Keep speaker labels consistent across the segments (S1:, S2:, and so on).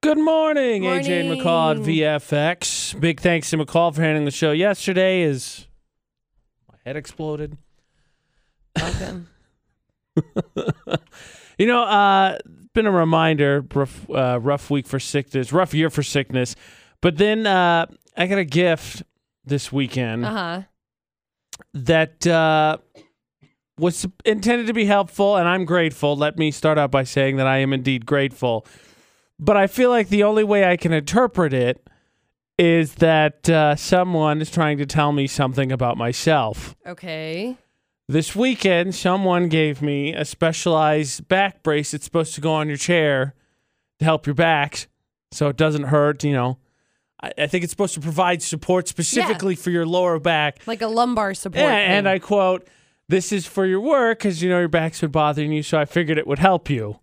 S1: Good morning, AJ and McCall at
S2: Morning.
S1: VFX. Big thanks to McCall for handling the show yesterday. Is my head exploded?
S2: Welcome.
S1: You know, uh, it's been a reminder. Rough, uh, rough week for sickness. Rough year for sickness. But then uh, I got a gift this weekend
S2: Uh huh.
S1: that uh, was intended to be helpful, and I'm grateful. Let me start out by saying that I am indeed grateful. But I feel like the only way I can interpret it is that uh, someone is trying to tell me something about myself.
S2: Okay.
S1: This weekend, someone gave me a specialized back brace that's supposed to go on your chair to help your back so it doesn't hurt, you know. I, I think it's supposed to provide support specifically for your lower back.
S2: Like a lumbar support.
S1: Yeah, and
S2: thing.
S1: I quote, "This is for your work because you know your back's been bothering you, so I figured it would help you."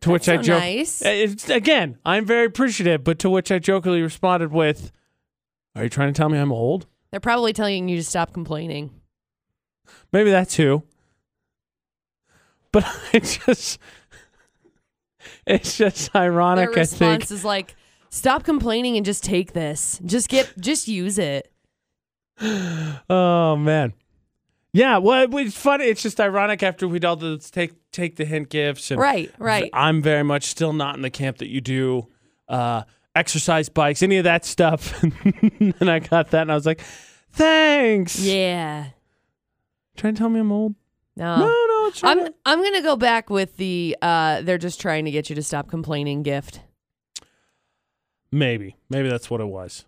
S1: To which I
S2: so
S1: joke,
S2: nice.
S1: Uh, it's- again, I'm very appreciative, but to which I jokingly responded with, "Are you trying to tell me I'm old?
S2: They're probably telling you to stop complaining.
S1: Maybe that too." But I just, it's just
S2: Their
S1: ironic. I think
S2: response is like, stop complaining and just take this. Just get, just use it.
S1: Oh man. Yeah, well, it- it's funny. It's just ironic after we'd all the take take the hint gifts and
S2: Right, right.
S1: I'm very much still not in the camp that you do uh, exercise bikes, any of that stuff. and I got that, and I was like, thanks.
S2: Yeah.
S1: Trying to tell me I'm old?
S2: No.
S1: no, no. It's
S2: I'm
S1: right.
S2: I'm gonna go back with the uh they're just trying to get you to stop complaining gift.
S1: Maybe, maybe that's what it was.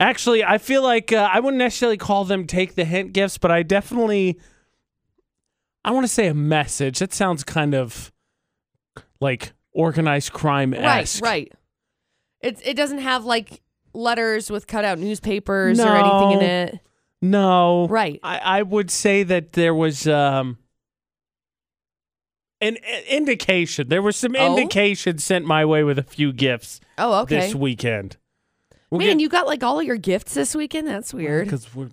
S1: Actually, I feel like uh, I wouldn't necessarily call them take the hint gifts, but I definitely, I want to say a message. That sounds kind of like organized crime esque.
S2: Right, right. It's it doesn't have like letters with cut out newspapers or
S1: No.
S2: anything in it.
S1: No.
S2: Right.
S1: I, I would say that there was um, an i- indication. There was some
S2: Oh?
S1: indication sent my way with a few gifts
S2: Oh, okay.
S1: this weekend.
S2: Man, you got like all of your gifts this weekend? That's weird.
S1: because we're,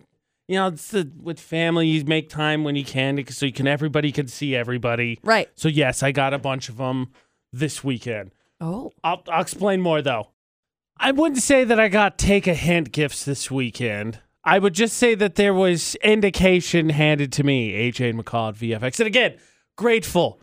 S1: you know, it's the, with family. You make time when you can, so you can everybody can see everybody.
S2: Right.
S1: So yes, I got a bunch of them this weekend.
S2: Oh.
S1: I'll, I'll explain more though. I wouldn't say that I got take a hint gifts this weekend. I would just say that there was indication handed to me, AJ and McCall at VFX. And again, grateful.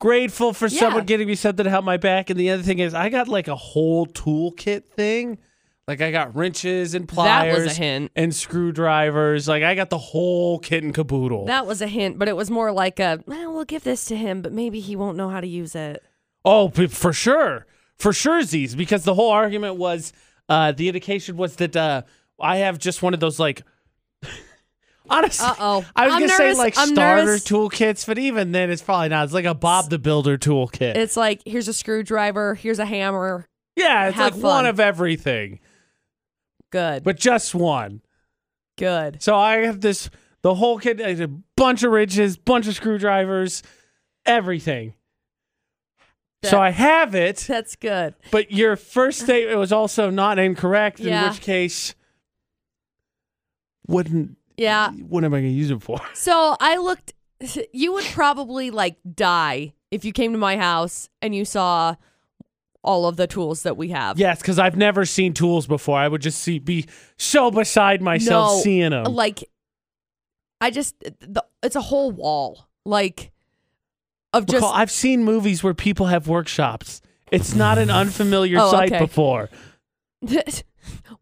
S1: Grateful for
S2: Yeah.
S1: someone getting me something to help my back. And the other thing is, I got like a whole toolkit thing. Like I got wrenches and
S2: That was a
S1: pliers
S2: hint.
S1: and screwdrivers. Like I got the whole kit and caboodle.
S2: That was a hint, but it was more like a well, we'll give this to him, but maybe he won't know how to use it.
S1: Oh, p- for sure. For sure, Z's, because the whole argument was uh, the indication was that uh, I have just one of those, like, honestly.
S2: Uh-oh.
S1: I was
S2: I'm
S1: going to say,
S2: nervous.
S1: like,
S2: I'm
S1: starter
S2: nervous.
S1: toolkits, but even then, it's probably not. It's like a Bob the Builder toolkit.
S2: It's like here's a screwdriver, here's a hammer.
S1: yeah, it's like
S2: have
S1: one
S2: fun.
S1: of everything,
S2: Good.
S1: but just one.
S2: Good.
S1: So I have this, the whole kit, like, a bunch of wrenches, bunch of screwdrivers, everything. so
S2: That-
S1: I have it.
S2: That's good.
S1: But your first statement was also not incorrect,
S2: Uh-huh. Yeah.
S1: in which case wouldn't
S2: Yeah.
S1: what am I gonna use it for?
S2: So I looked. You would probably like die if you came to my house and you saw all of the tools that we have.
S1: Yes, because I've never seen tools before. I would just see be so beside myself
S2: No,
S1: seeing them.
S2: Like, I just the, it's a whole wall like of just
S1: I've seen movies where people have workshops. It's not an unfamiliar
S2: Oh,
S1: sight
S2: okay.
S1: before.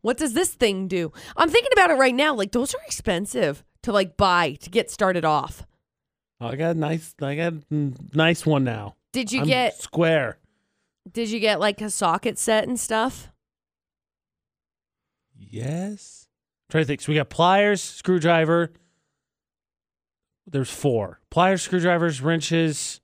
S2: what does this thing do? I'm thinking about it right now. Like those are expensive to like buy to get started off.
S1: I got a nice I got a mm, nice one now.
S2: Did you
S1: I'm
S2: get
S1: square.
S2: did you get like a socket set and stuff?
S1: Yes. Try to think. So we got pliers, screwdriver. There's four. Pliers, screwdrivers, wrenches.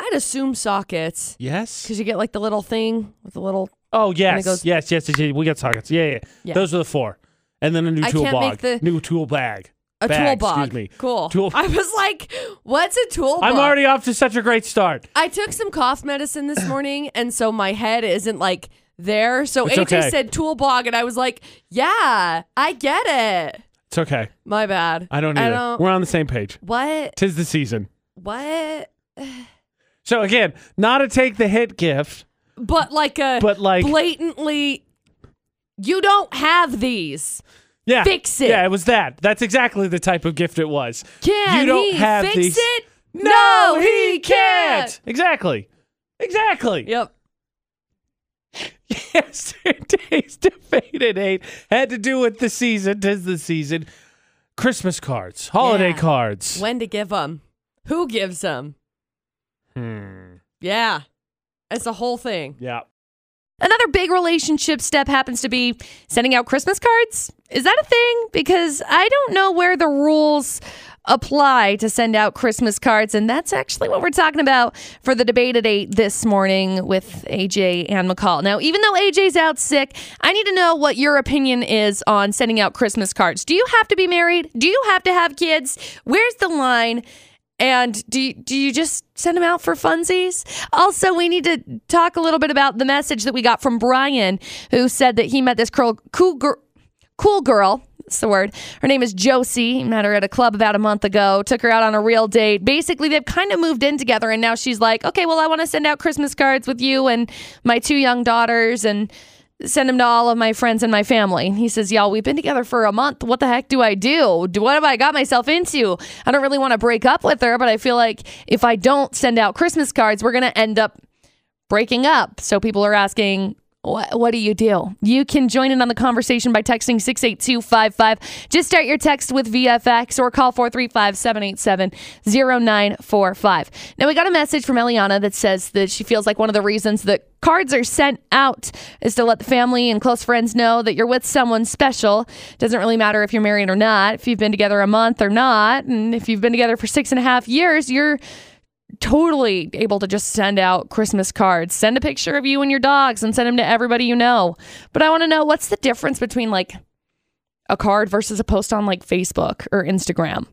S2: I'd assume sockets
S1: Yes.
S2: because you get like the little thing with the little.
S1: Oh yes,
S2: it goes-
S1: yes, yes, yes, yes. We got sockets. Yeah, yeah,
S2: Yeah.
S1: Those are the four, and then a new
S2: I
S1: tool
S2: can't
S1: bag.
S2: make the-
S1: New tool bag.
S2: A
S1: Bag,
S2: tool bag.
S1: Excuse me.
S2: Cool.
S1: Tool-
S2: I was like, what's a tool
S1: I'm
S2: bag?
S1: already off to such a great start.
S2: I took some cough medicine this morning, and so my head isn't like there. So
S1: It's
S2: AJ
S1: okay.
S2: said tool bog, and I was like, yeah, I get it.
S1: It's okay.
S2: My bad.
S1: I don't either.
S2: I don't,
S1: We're on the same page.
S2: what?
S1: Tis the season.
S2: What?
S1: So again, not a take the hit gift,
S2: but like a
S1: But like,
S2: blatantly, you don't have these.
S1: yeah,
S2: fix it.
S1: Yeah, it was that. That's exactly the type of gift it was.
S2: Can
S1: you don't
S2: he
S1: have
S2: fix
S1: these.
S2: it?
S1: No, he can't. Exactly. Exactly.
S2: Yep.
S1: Yesterday's debate at eight had to do with the season. Tis the season. Christmas cards, holiday
S2: Yeah.
S1: cards.
S2: When to give them? Who gives them?
S1: Hmm.
S2: Yeah, it's a whole thing.
S1: Yeah.
S2: Another big relationship step happens to be sending out Christmas cards. Is that a thing? Because I don't know where the rules apply to send out Christmas cards. And that's actually what we're talking about for the debate at 8 this morning with AJ and McCall. Now, even though AJ's out sick, I need to know what your opinion is on sending out Christmas cards. Do you have to be married? Do you have to have kids? Where's the line? And do you, do you just send them out for funsies? Also, we need to talk a little bit about the message that we got from Brian, who said that he met this girl, cool girl, cool girl. That's the word. Her name is Josie. He met her at a club about a month ago. Took her out on a real date. Basically, they've kind of moved in together, and now she's like, "Okay, well, I want to send out Christmas cards with you and my two young daughters, and send them to all of my friends and my family. He says, Y'all, we've been together for a month. What the heck do I do? Do- What have I got myself into? I don't really want to break up with her, but I feel like if I don't send out Christmas cards, we're going to end up breaking up. So people are asking, what, what do you do? You can join in on the conversation by texting 68255. Just start your text with VFX or call 435 787 0945. Now, we got a message from Eliana that says that she feels like one of the reasons that cards are sent out is to let the family and close friends know that you're with someone special. Doesn't really matter if you're married or not, if you've been together a month or not, and if you've been together for six and a half years, you're totally able to just send out Christmas cards. Send a picture of you and your dogs and send them to everybody you know. But I want to know what's the difference between like a card versus a post on like Facebook or Instagram?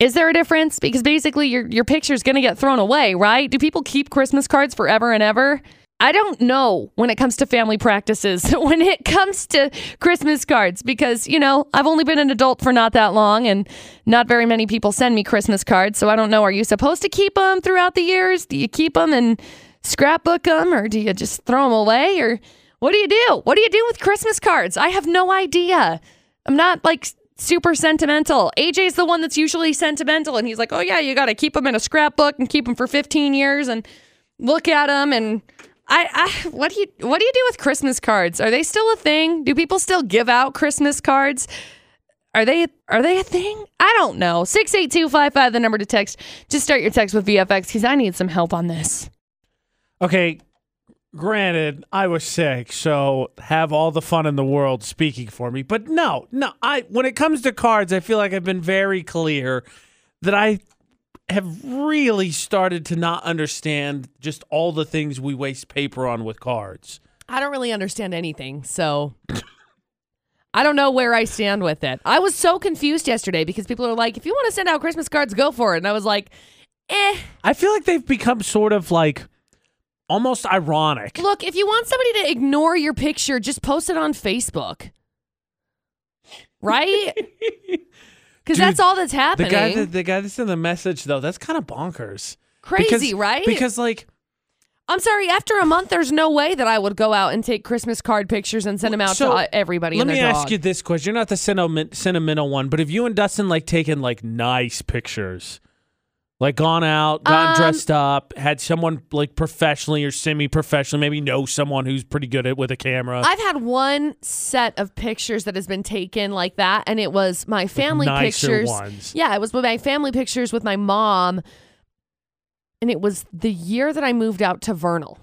S2: Is there a difference? Because basically your your picture's going to get thrown away, right? Do people keep Christmas cards forever and ever? I don't know when it comes to family practices, when it comes to Christmas cards, because, you know, I've only been an adult for not that long and not very many people send me Christmas cards. So I don't know. Are you supposed to keep them throughout the years? Do you keep them and scrapbook them or do you just throw them away? Or what do you do? What do you do with Christmas cards? I have no idea. I'm not like super sentimental. AJ's the one that's usually sentimental and he's like, oh, yeah, you got to keep them in a scrapbook and keep them for 15 years. And look at them and I, I what do you what do you do with Christmas cards? Are they still a thing? Do people still give out Christmas cards? Are they are they a thing? I don't know. 68255 the number to text. Just start your text with VFX cuz I need some help on this.
S1: Okay. Granted, I was sick, so have all the fun in the world speaking for me. But no, no, I when it comes to cards, I feel like I've been very clear that I have really started to not understand just all the things we waste paper on with cards.
S2: I don't really understand anything, so I don't know where I stand with it. I was so confused yesterday because people are like, if you want to send out Christmas cards, go for it. And I was like, eh.
S1: I feel like they've become sort of like almost ironic.
S2: Look, if you want somebody to ignore your picture, just post it on Facebook. Right?
S1: Dude,
S2: Because that's all that's
S1: The
S2: happening.
S1: guy that the guy that's in the message though, that's kind of bonkers.
S2: Crazy,
S1: Because-
S2: right?
S1: Because like
S2: I'm sorry, after a month, there's no way that I would go out and take Christmas card pictures and send them out
S1: So,
S2: to uh, everybody.
S1: Let
S2: and
S1: me
S2: their
S1: ask
S2: dog.
S1: you this question: You're not the sentiment, sentimental one, but have you and Dustin like taken like nice pictures, like gone out, gotten
S2: Um,
S1: dressed up, had someone like professionally or semi-professionally, maybe know someone who's pretty good at with a camera?
S2: I've had one set of pictures that has been taken like that, and it was my family
S1: nicer
S2: pictures.
S1: ones.
S2: Yeah, it was with my family pictures with my mom, and it was the year that I moved out to Vernal.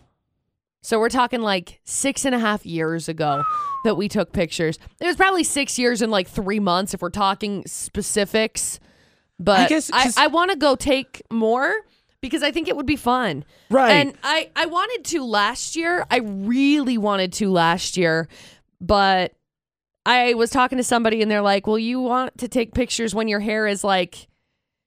S2: So we're talking like six and a half years ago that we took pictures. It was probably six years and like three months if we're talking specifics. But I
S1: guess
S2: I,
S1: 'cause-
S2: want to go take more because I think it would be fun.
S1: Right.
S2: And I, I wanted to last year. I really wanted to last year, but I was talking to somebody and they're like, "Well, you want to take pictures when your hair is like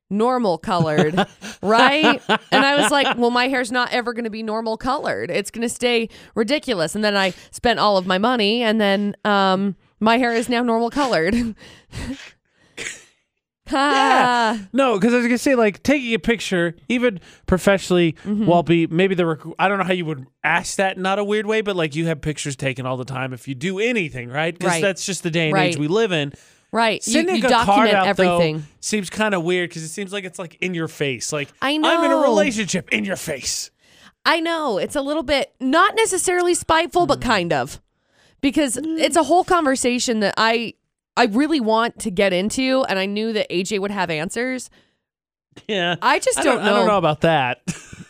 S2: normal colored, right?" And I was like, "Well, my hair's not ever going to be normal colored. It's going to stay ridiculous." And then I spent all of my money and then um my hair is now normal colored.
S1: Yeah.
S2: Ah,
S1: No, because I was gonna say, like taking a picture, even professionally,
S2: Mm-hmm.
S1: while be maybe the rec- I don't know how you would ask that, not a weird way, but like you have pictures taken all the time if you do anything, right? Because
S2: Right.
S1: that's just the day and age
S2: Right.
S1: we live in.
S2: Right. You,
S1: Sending
S2: you
S1: a card
S2: document
S1: out
S2: everything.
S1: though seems kind of weird because it seems like it's like in your face. Like
S2: I
S1: I'm in a
S2: know.
S1: relationship in your face.
S2: I know. It's a little bit not necessarily spiteful,
S1: Mm.
S2: but kind of. Because it's a whole conversation that I I really want to get into and I knew that AJ would have answers.
S1: Yeah,
S2: I just
S1: I don't, I don't know about that.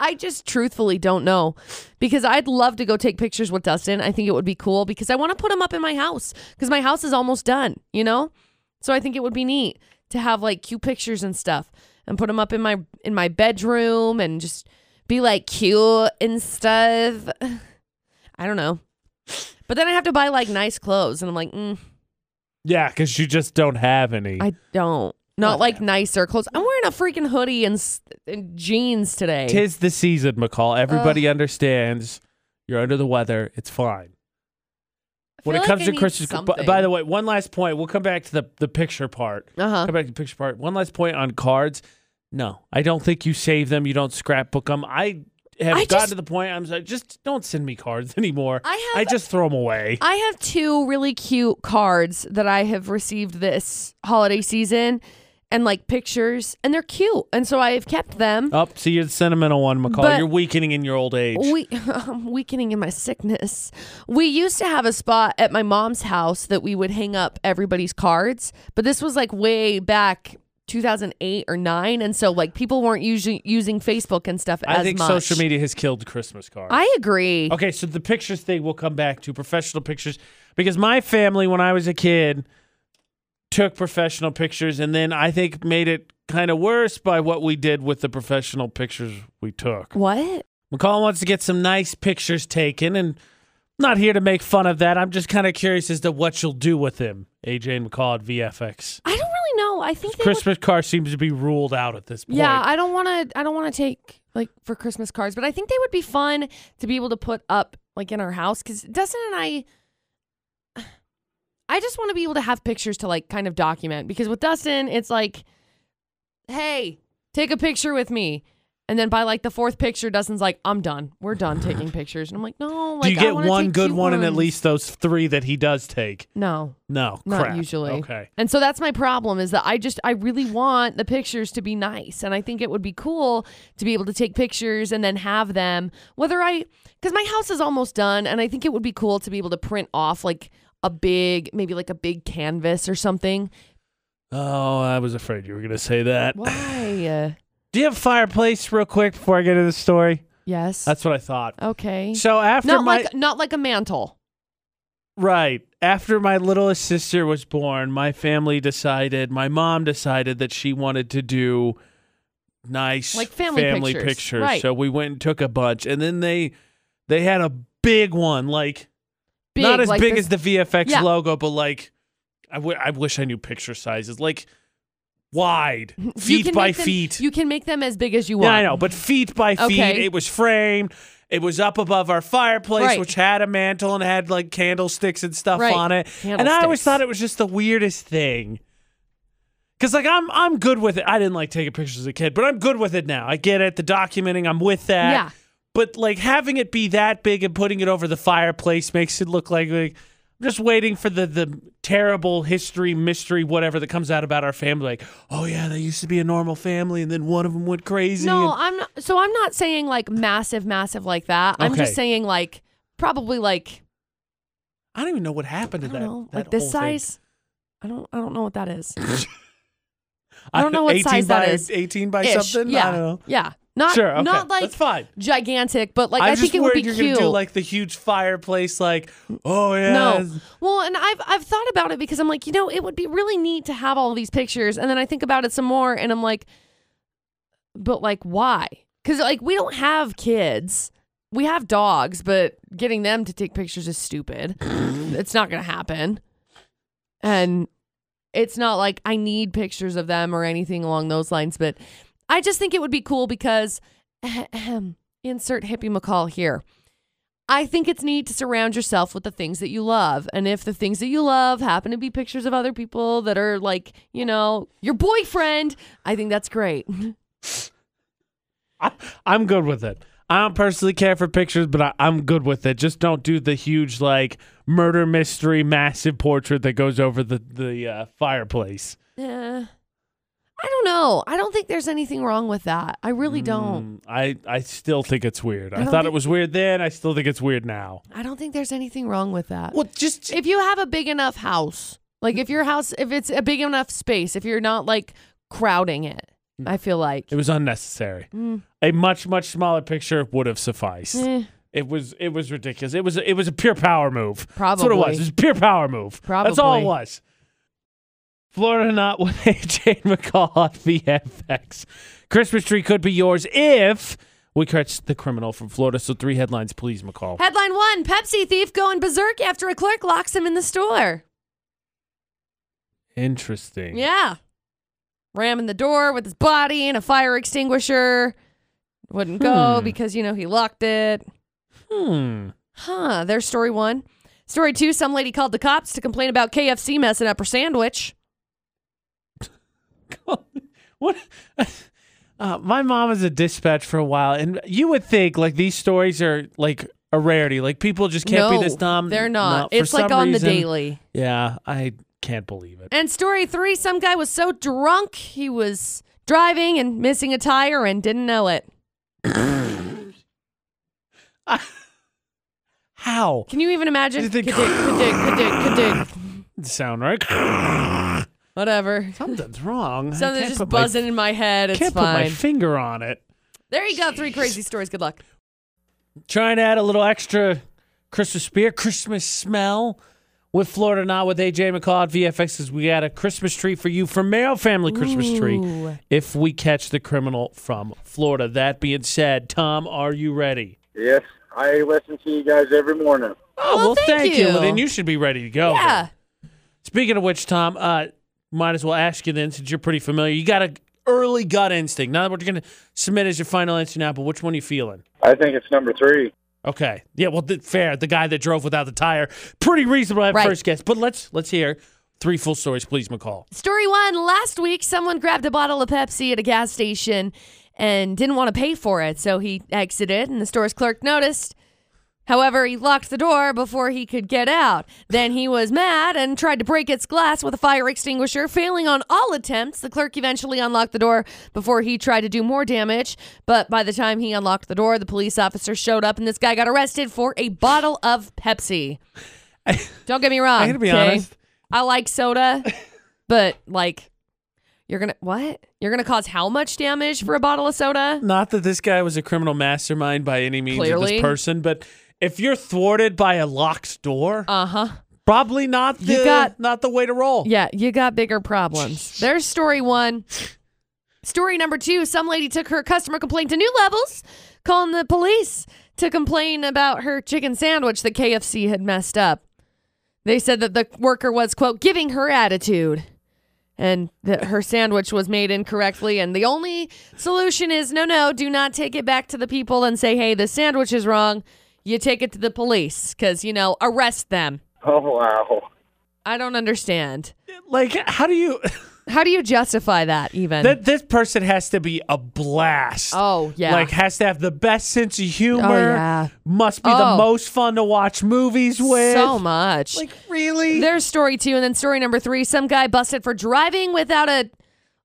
S2: I just truthfully don't know because I'd love to go take pictures with Dustin. I think it would be cool because I want to put him up in my house because my house is almost done, you know? So I think it would be neat to have like cute pictures and stuff and put him up in my in my bedroom and just be like cute and stuff. I don't know. But then I have to buy like nice clothes and I'm like, mm,
S1: yeah, because you just don't have any.
S2: I don't. Not like nicer clothes. I'm wearing a freaking hoodie and, s- and jeans today.
S1: Tis the season, McCall. Everybody understands. You're under the weather. It's fine. When it
S2: feel like
S1: comes
S2: I
S1: to
S2: need
S1: Christmas,
S2: something.
S1: by the way, one last point. We'll come back to the the picture part.
S2: uh-huh.
S1: Come back to the picture part. One last point on cards. No, I don't think you save them. You don't scrapbook them. I have
S2: I
S1: gotten
S2: just-
S1: to the point. I'm like, just don't send me cards anymore.
S2: I have-
S1: I just throw them away.
S2: I have two really cute cards that I have received this holiday season and like pictures, and they're cute. And so I have kept them.
S1: Up, so you're the sentimental one, McCall.
S2: But-
S1: you're weakening in your old age.
S2: We, I'm weakening in my sickness. We used to have a spot at my mom's house that we would hang up everybody's cards, but this was like way back 2008 or 9. And so like people weren't usually using Facebook and stuff
S1: I
S2: as
S1: think
S2: much.
S1: social media has killed Christmas cards.
S2: I agree.
S1: Okay, so the pictures thing we'll come back to professional pictures because my family when I was a kid took professional pictures and then I think made it kind of worse by what we did with the professional pictures we took.
S2: What?
S1: McCall wants to get some nice pictures taken and I'm not here to make fun of that. I'm just kind of curious as to what you'll do with him. AJ and McCall at VFX.
S2: I don't really know. I think they would
S1: Christmas card seems to be ruled out at this point.
S2: Yeah, I don't want to. I don't want to take like for Christmas cards, but I think they would be fun to be able to put up like in our house because Dustin and I. I just want to be able to have pictures to like kind of document because with Dustin, it's like, hey, take a picture with me. And then by like the fourth picture, Dustin's like, I'm done. We're done taking pictures. And I'm like, no, like
S1: do you
S2: I
S1: get
S2: wanna
S1: one
S2: take
S1: good
S2: cute
S1: one and at
S2: ones."
S1: least those three that he does take?
S2: No,
S1: No,
S2: not
S1: crap.
S2: usually.
S1: Okay.
S2: And so that's my problem is that I just I really want the pictures to be nice and I think it would be cool to be able to take pictures and then have them whether I cuz my house is almost done and I think it would be cool to be able to print off like a big maybe like a big canvas or something.
S1: Oh, I was afraid you were going to say that.
S2: Why? Uh,
S1: Do you have a fireplace real quick before I get into the story?
S2: yes.
S1: That's what I thought.
S2: okay.
S1: So after
S2: Uh, Not
S1: my
S2: like not like a mantle.
S1: right, after my littlest sister was born, my family decided, my mom decided that she wanted to do nice
S2: Like family
S1: pictures.
S2: pictures, right.
S1: So we went and took a bunch and then they they had a big one like
S2: Big,
S1: not as
S2: like
S1: big
S2: this-
S1: as the VFX
S2: Yeah.
S1: logo, but like I, w- I wish I knew picture sizes. Like wide,
S2: You
S1: feet
S2: can
S1: by
S2: make them-
S1: feet.
S2: You can make them as big as you want.
S1: Yeah, I know, but feet by feet,
S2: Okay.
S1: it was framed. It was up above our fireplace,
S2: Right.
S1: which had a mantle and had like candlesticks and stuff
S2: Right.
S1: on it. And I always
S2: Candlesticks.
S1: thought it was just the weirdest thing. Cause like I'm I'm good with it. I didn't like taking pictures as a kid, but I'm good with it now. I get it. The documenting, I'm with that.
S2: Yeah.
S1: But like having it be that big and putting it over the fireplace makes it look like, like I'm just waiting for the the terrible history mystery whatever that comes out about our family. Like, oh yeah, they used to be a normal family, and then one of them went crazy. and-
S2: No, I'm not, so I'm not saying like massive, massive like that. I'm
S1: Okay.
S2: just saying like probably like
S1: I don't even know what happened
S2: I
S1: to
S2: don't
S1: that.
S2: know,
S1: that
S2: like this
S1: whole thing.
S2: size. I don't I don't know what that is. I don't know what
S1: 18
S2: size that
S1: by-
S2: is.
S1: 18 by
S2: Ish.
S1: something?
S2: Yeah,
S1: I don't know.
S2: yeah. Not
S1: Sure, okay.
S2: not like
S1: That's fine.
S2: gigantic, but like
S1: I'm
S2: I
S1: just
S2: think it would
S1: worried
S2: be
S1: you're
S2: cute.
S1: gonna do like the huge fireplace, like oh yeah,
S2: no, well, and I've I've thought about it because I'm like, you know, it would be really neat to have all these pictures, and then I think about it some more, and I'm like, but like why? Because like we don't have kids. We have dogs, but getting them to take pictures is stupid. it's not going to happen. And it's not like I need pictures of them or anything along those lines, but I just think it would be cool because insert hippie McCall here. I think it's neat to surround yourself with the things that you love. And if the things that you love happen to be pictures of other people that are like, you know, your boyfriend, I think that's great.
S1: I, I'm good with it. I don't personally care for pictures, but I, I'm good with it. Just don't do the huge like murder mystery massive portrait that goes over the the uh, fireplace.
S2: Yeah. Eh. I don't know. I don't think there's anything wrong with that. I really don't.
S1: Mm, I I still think it's weird. I,
S2: Oh. don't
S1: thought it
S2: think-
S1: was weird then. I still think it's weird now.
S2: I don't think there's anything wrong with that.
S1: Well, just
S2: if you have a big enough house, like if your house, if it's a big enough space, if you're not like crowding it, I feel like.
S1: Mm. it was unnecessary.
S2: Mm,
S1: A much much smaller picture would have sufficed.
S2: eh,
S1: It was it was ridiculous. It was it was a pure power move. That's what it
S2: Probably.
S1: was. It was a pure power move. That's all it
S2: Probably.
S1: was. Florida not with AJ and McCall on VFX. Christmas tree could be yours if we catch the criminal from Florida. So three headlines, please, McCall.
S2: Headline one Pepsi thief going berserk after a clerk locks him in the store.
S1: Interesting.
S2: Yeah. Ramming the door with his body and a fire extinguisher. Wouldn't go
S1: Hmm.
S2: because, you know, he locked it.
S1: Hmm.
S2: Huh. There's story one. Story two some lady called the cops to complain about KFC messing up her sandwich.
S1: what? Uh, my mom was a dispatch for a while, and you would think like these stories are like a rarity. Like people just can't
S2: no,
S1: be this dumb.
S2: They're
S1: No,
S2: not.
S1: for
S2: it's like
S1: some
S2: on
S1: reason-
S2: the daily.
S1: Yeah, I can't believe it.
S2: And story three some guy was so drunk he was driving and missing a tire and didn't know it.
S1: How?
S2: Can you even imagine?
S1: Did they-
S2: Ka-dig, ka-dig, ka-dig, ka-dig.
S1: Sound right?
S2: Whatever.
S1: Something's wrong. I
S2: Something's
S1: can't
S2: just
S1: put
S2: buzzing in my head.
S1: My,
S2: It's
S1: can't put my
S2: fine.
S1: finger on it.
S2: there you go. Three crazy stories. Good luck.
S1: Trying to add a little extra Christmas beer, Christmas smell with Florida Not with AJ McCall at VFX as we add a Christmas tree for you for Mayo Family Christmas tree
S2: Ooh.
S1: if we catch the criminal from Florida. That being said, Tom, are you ready?
S3: Yes, I listen to you guys every morning.
S1: Oh,
S2: well, thank you.
S1: Well, then you should be ready to go.
S2: Yeah.
S1: then. Speaking of which, Tom, uh, might as well ask you then, since you're pretty familiar. You got a early gut instinct. Now, what you're going to submit as your final answer now, but which one are you feeling?
S3: I think it's number three.
S1: Okay. Yeah. Well, th- fair. The guy that drove without the tire, pretty reasonable at
S2: Right.
S1: first guess. But let's let's hear three full stories, please, McCall.
S2: Story one last week, someone grabbed a bottle of Pepsi at a gas station and didn't want to pay for it, so he exited, and the store's clerk noticed. However, he locked the door before he could get out. Then he was mad and tried to break its glass with a fire extinguisher. Failing on all attempts, the clerk eventually unlocked the door before he tried to do more damage. But by the time he unlocked the door, the police officer showed up and this guy got arrested for a bottle of Pepsi. Don't get me wrong.
S1: I gotta be
S2: okay?
S1: honest.
S2: I like soda, but like you're gonna what? You're gonna cause how much damage for a bottle of soda?
S1: Not that this guy was a criminal mastermind by any means of this
S2: Clearly.
S1: person, but if you're thwarted by a locked door,
S2: Uh huh.
S1: probably not
S2: you
S1: the
S2: got-
S1: not the way to roll.
S2: Yeah, you got bigger problems. There's story one. Story number two some lady took her customer complaint to new levels, calling the police to complain about her chicken sandwich that KFC had messed up. They said that the worker was, quote, giving her attitude and that her sandwich was made incorrectly. And the only solution is no, no, do not take it back to the people and say, hey, the sandwich is wrong. You take it to the police because, you know, arrest them.
S3: Oh wow!
S2: I don't understand.
S1: Like, how do you?
S2: How do you justify that even?
S1: That this person has to be a blast.
S2: oh yeah. Oh,
S1: Like has to have the best sense of humor.
S2: yeah.
S1: Must be the
S2: Oh.
S1: most fun to watch movies with.
S2: so much.
S1: Like really?
S2: There's story two, and then story number three. Some guy busted for driving without a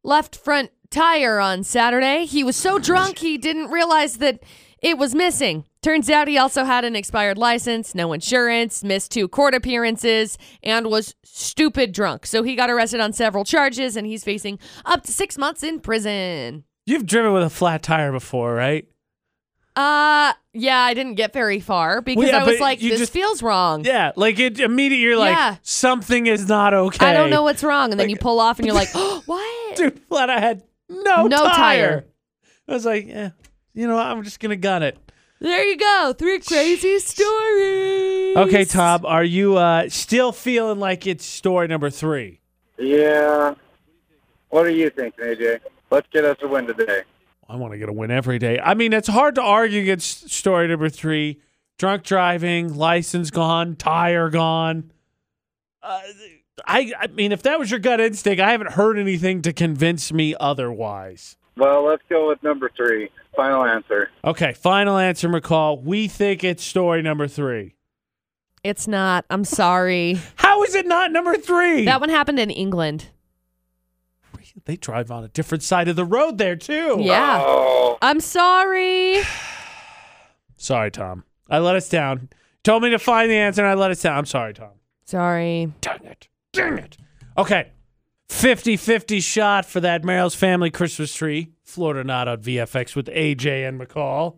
S2: left front tire on Saturday. He was so drunk he didn't realize that it was missing. Turns out he also had an expired license, no insurance, missed two court appearances, and was stupid drunk. So he got arrested on several charges, and he's facing up to six months in prison.
S1: You've driven with a flat tire before, right?
S2: Uh, yeah, I didn't get very far because
S1: yeah,
S2: I was
S1: but
S2: like,
S1: you
S2: this
S1: just-
S2: feels wrong.
S1: Yeah, like it immediately you're like
S2: Yeah.
S1: something is not okay.
S2: I don't know what's wrong. And then you pull off and you're like, oh, what?
S1: Dude, flat I had no
S2: No tire.
S1: I was like, yeah, you know, what? I'm just gonna gun it.
S2: There you go. Three crazy stories.
S1: Okay, Tom, are you uh, still feeling like it's story number three?
S3: Yeah. What are you thinking, AJ? Let's get us a win today.
S1: I want to get a win every day. I mean, it's hard to argue against story number three. drunk driving, license gone, tire gone. Uh, I I mean, if that was your gut instinct, I haven't heard anything to convince me otherwise.
S3: Well, let's go with number three. Final answer.
S1: Okay, final answer, McCall. We think it's story number three.
S2: It's not. I'm sorry.
S1: How is it not number three?
S2: that one happened in England.
S1: they drive on a different side of the road there too.
S2: Yeah.
S3: Oh,
S2: I'm sorry.
S1: Sorry, Tom. I let us down. Told me to find the answer, and I let us down. I'm sorry, Tom.
S2: Sorry.
S1: Darn it. Darn it. Okay. 50 50 shot for that Merrill's Family Christmas tree. Florida Not on VFX with AJ and McCall.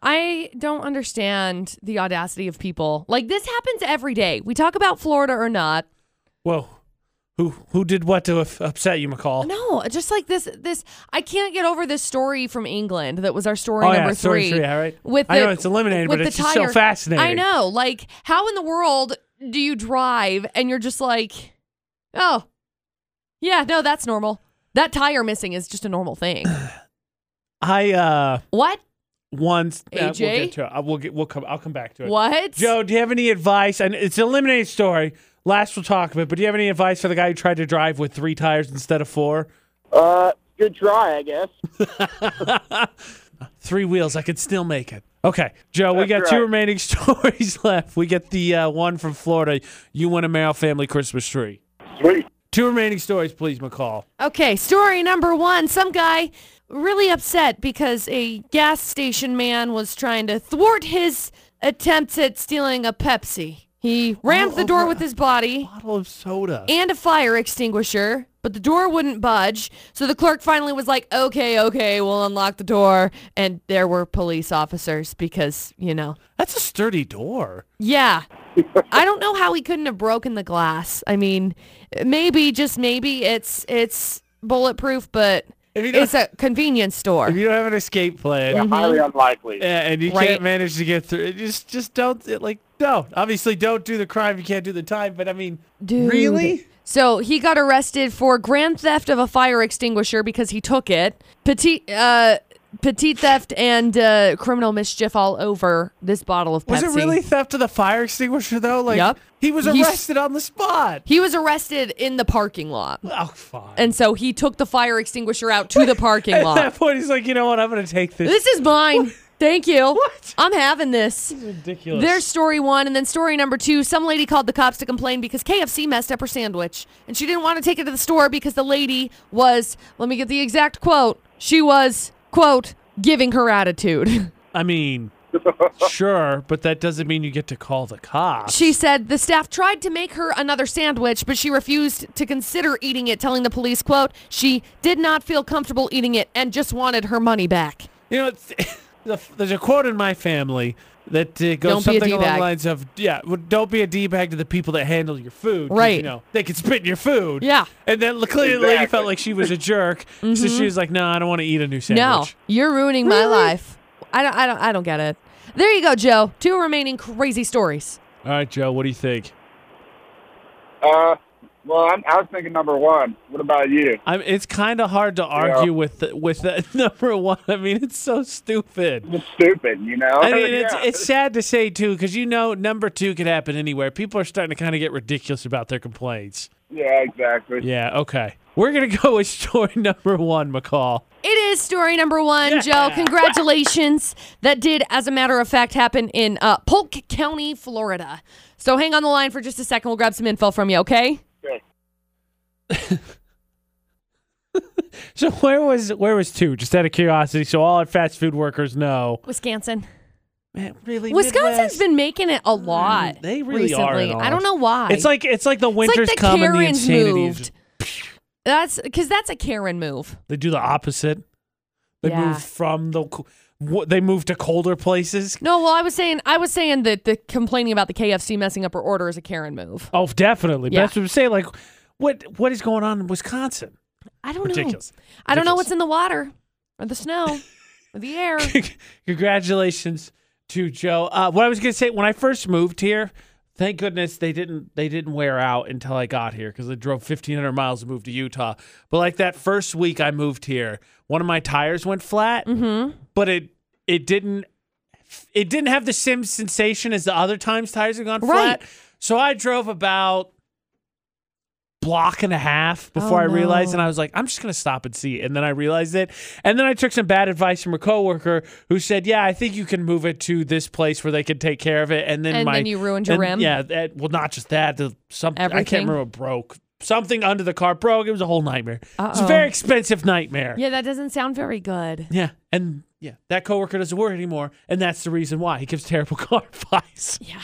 S2: I don't understand the audacity of people. Like this happens every day. We talk about Florida or not.
S1: Whoa. Who, who did what to up- upset you, McCall?
S2: No, just like this this I can't get over this story from England that was our story
S1: Oh, yeah,
S2: number
S1: story
S2: three.
S1: three, all right.
S2: With the,
S1: I know it's eliminated,
S2: with
S1: but
S2: the
S1: it's just so
S2: tire.
S1: fascinating.
S2: I know. Like, how in the world do you drive and you're just like, oh, yeah, no, that's normal. That tire missing is just a normal thing.
S1: I, uh,
S2: what?
S1: once. uh, we'll
S2: AJ?
S1: get to it. I- we'll get, we'll come, I'll come back to it.
S2: What?
S1: Joe, do you have any advice? And it's an eliminated story. Last we'll talk about, but do you have any advice for the guy who tried to drive with three tires instead of four?
S3: uh, good try, I guess.
S1: Three wheels, I could still make it. Okay, Joe, we got
S3: That's
S1: two
S3: right.
S1: remaining stories left. We get the uh, one from Florida. You win a Merrill family Christmas tree.
S3: Sweet.
S1: Two remaining stories, please, McCall.
S2: Okay, story number one. Some guy really upset because a gas station man was trying to thwart his attempts at stealing a Pepsi. He rammed
S1: Oh,
S2: the door with his body.
S1: Bottle of soda.
S2: and a fire extinguisher, but the door wouldn't budge. So the clerk finally was like, okay, okay, we'll unlock the door. And there were police officers because, you know,
S1: That's a sturdy door.
S2: yeah. I don't know how he couldn't have broken the glass. I mean, maybe, just maybe it's, it's bulletproof, but
S1: If you don't-
S2: it's a convenience store.
S1: If you don't have an escape plan
S3: Highly unlikely.
S1: Mm-hmm. yeah, and you
S2: Right.
S1: can't manage to get through, just just don't it, like no. Obviously, don't do the crime. You can't do the time. But I mean,
S2: Dude.
S1: really?
S2: So he got arrested for grand theft of a fire extinguisher because he took it, petite, uh, petite theft, and uh, criminal mischief all over this bottle of
S1: Was
S2: Pepsi.
S1: it really theft of the fire extinguisher though? Like
S2: Yep.
S1: he was
S2: He's-
S1: arrested on the spot.
S2: He was arrested in the parking lot,
S1: Oh, fine.
S2: and so he took the fire extinguisher out to the parking
S1: At that
S2: lot.
S1: point, he's like, you know what? I'm going to take this.
S2: This is mine. Thank you.
S1: What?
S2: I'm having this.
S1: ridiculous.
S2: There's story one, and then story number two. Some lady called the cops to complain because KFC messed up her sandwich, and she didn't want to take it to the store because the lady was, let me get the exact quote, she was, quote, giving her attitude.
S1: I mean, sure, but that doesn't mean you get to call the cops.
S2: She said the staff tried to make her another sandwich, but she refused to consider eating it, telling the police, quote, she did not feel comfortable eating it and just wanted her money back.
S1: You know, it's- the- there's a quote in my family that uh, goes
S2: Don't be a
S1: something along
S2: D-bag.
S1: the lines of, yeah, well, don't be a d-bag to the people that handle your food. 'cause, You
S2: Right.
S1: know, they can spit in your food.
S2: Yeah. Mm-hmm.
S1: And then clearly the lady
S3: Exactly.
S1: felt like she was a jerk, so she was like, no, I don't want to eat a new sandwich.
S2: No, you're ruining my life. I don't, I don't, I don't get it. There you go, Joe. Two remaining crazy stories.
S1: All right, Joe, what do you think?
S3: Uh, well, I'm, I was thinking number one. What about you?
S1: I'm, it's kind of hard to argue with the, with that number one. I mean, it's so stupid.
S3: It's stupid, you know.
S1: I mean, it's
S3: Yeah.
S1: it's sad to say too, because you know, number two could happen anywhere. People are starting to kind of get ridiculous about their complaints.
S3: yeah, exactly.
S1: Yeah, okay. We're gonna go with story number one, McCall.
S2: It is story number one, Joe. Congratulations. that did, as a matter of fact, happen in uh, Polk County, Florida. So hang on the line for just a second. We'll grab some info from you, okay?
S3: Okay.
S1: So where was where was two? Just out of curiosity, so all our fast food workers know.
S2: Wisconsin.
S1: Man, really,
S2: Wisconsin's
S1: Midwest?
S2: been making it a lot.
S1: Mm, They really are
S2: recently.
S1: in
S2: I don't know why.
S1: It's like it's like the
S2: it's
S1: winter's
S2: like the
S1: come and the
S2: Karens
S1: insanity. is
S2: moved.
S1: just-
S2: That's because that's a Karen move.
S1: they do the opposite. They
S2: Yeah.
S1: move from the co- wh- they move to colder places.
S2: No, well, I was saying, I was saying that the complaining about the KFC messing up her order is a Karen move.
S1: Oh, definitely. But
S2: Yeah.
S1: That's what I'm saying. Like, what what is going on in Wisconsin?
S2: I don't
S1: Ridiculous.
S2: know. I don't know
S1: Ridiculous.
S2: what's in the water or the snow or the air.
S1: Congratulations to Joe. Uh, what I was gonna say when I first moved here, thank goodness they didn't they didn't wear out until I got here because I drove 1,500 miles to move to Utah. But like that first week I moved here, one of my tires went flat, but it it didn't it didn't have the same sensation as the other times tires have gone
S2: Right.
S1: flat. So I drove about block and a half before
S2: Oh,
S1: I realized and
S2: no.
S1: I was like, I'm just gonna stop and see. And then I realized it. And then I took some bad advice from a coworker who said, Yeah, I think you can move it to this place where they can take care of it. And then
S2: And
S1: my
S2: then you ruined your
S1: and-
S2: rim?
S1: Yeah, that, well not just that, the something I
S2: Everything?
S1: can't remember what broke. Something under the car broke. It was a whole nightmare. It's a
S2: Uh-oh.
S1: very expensive nightmare.
S2: Yeah, that doesn't sound very good.
S1: Yeah, and yeah, that coworker doesn't work anymore, and that's the reason why he gives terrible car advice.
S2: Yeah.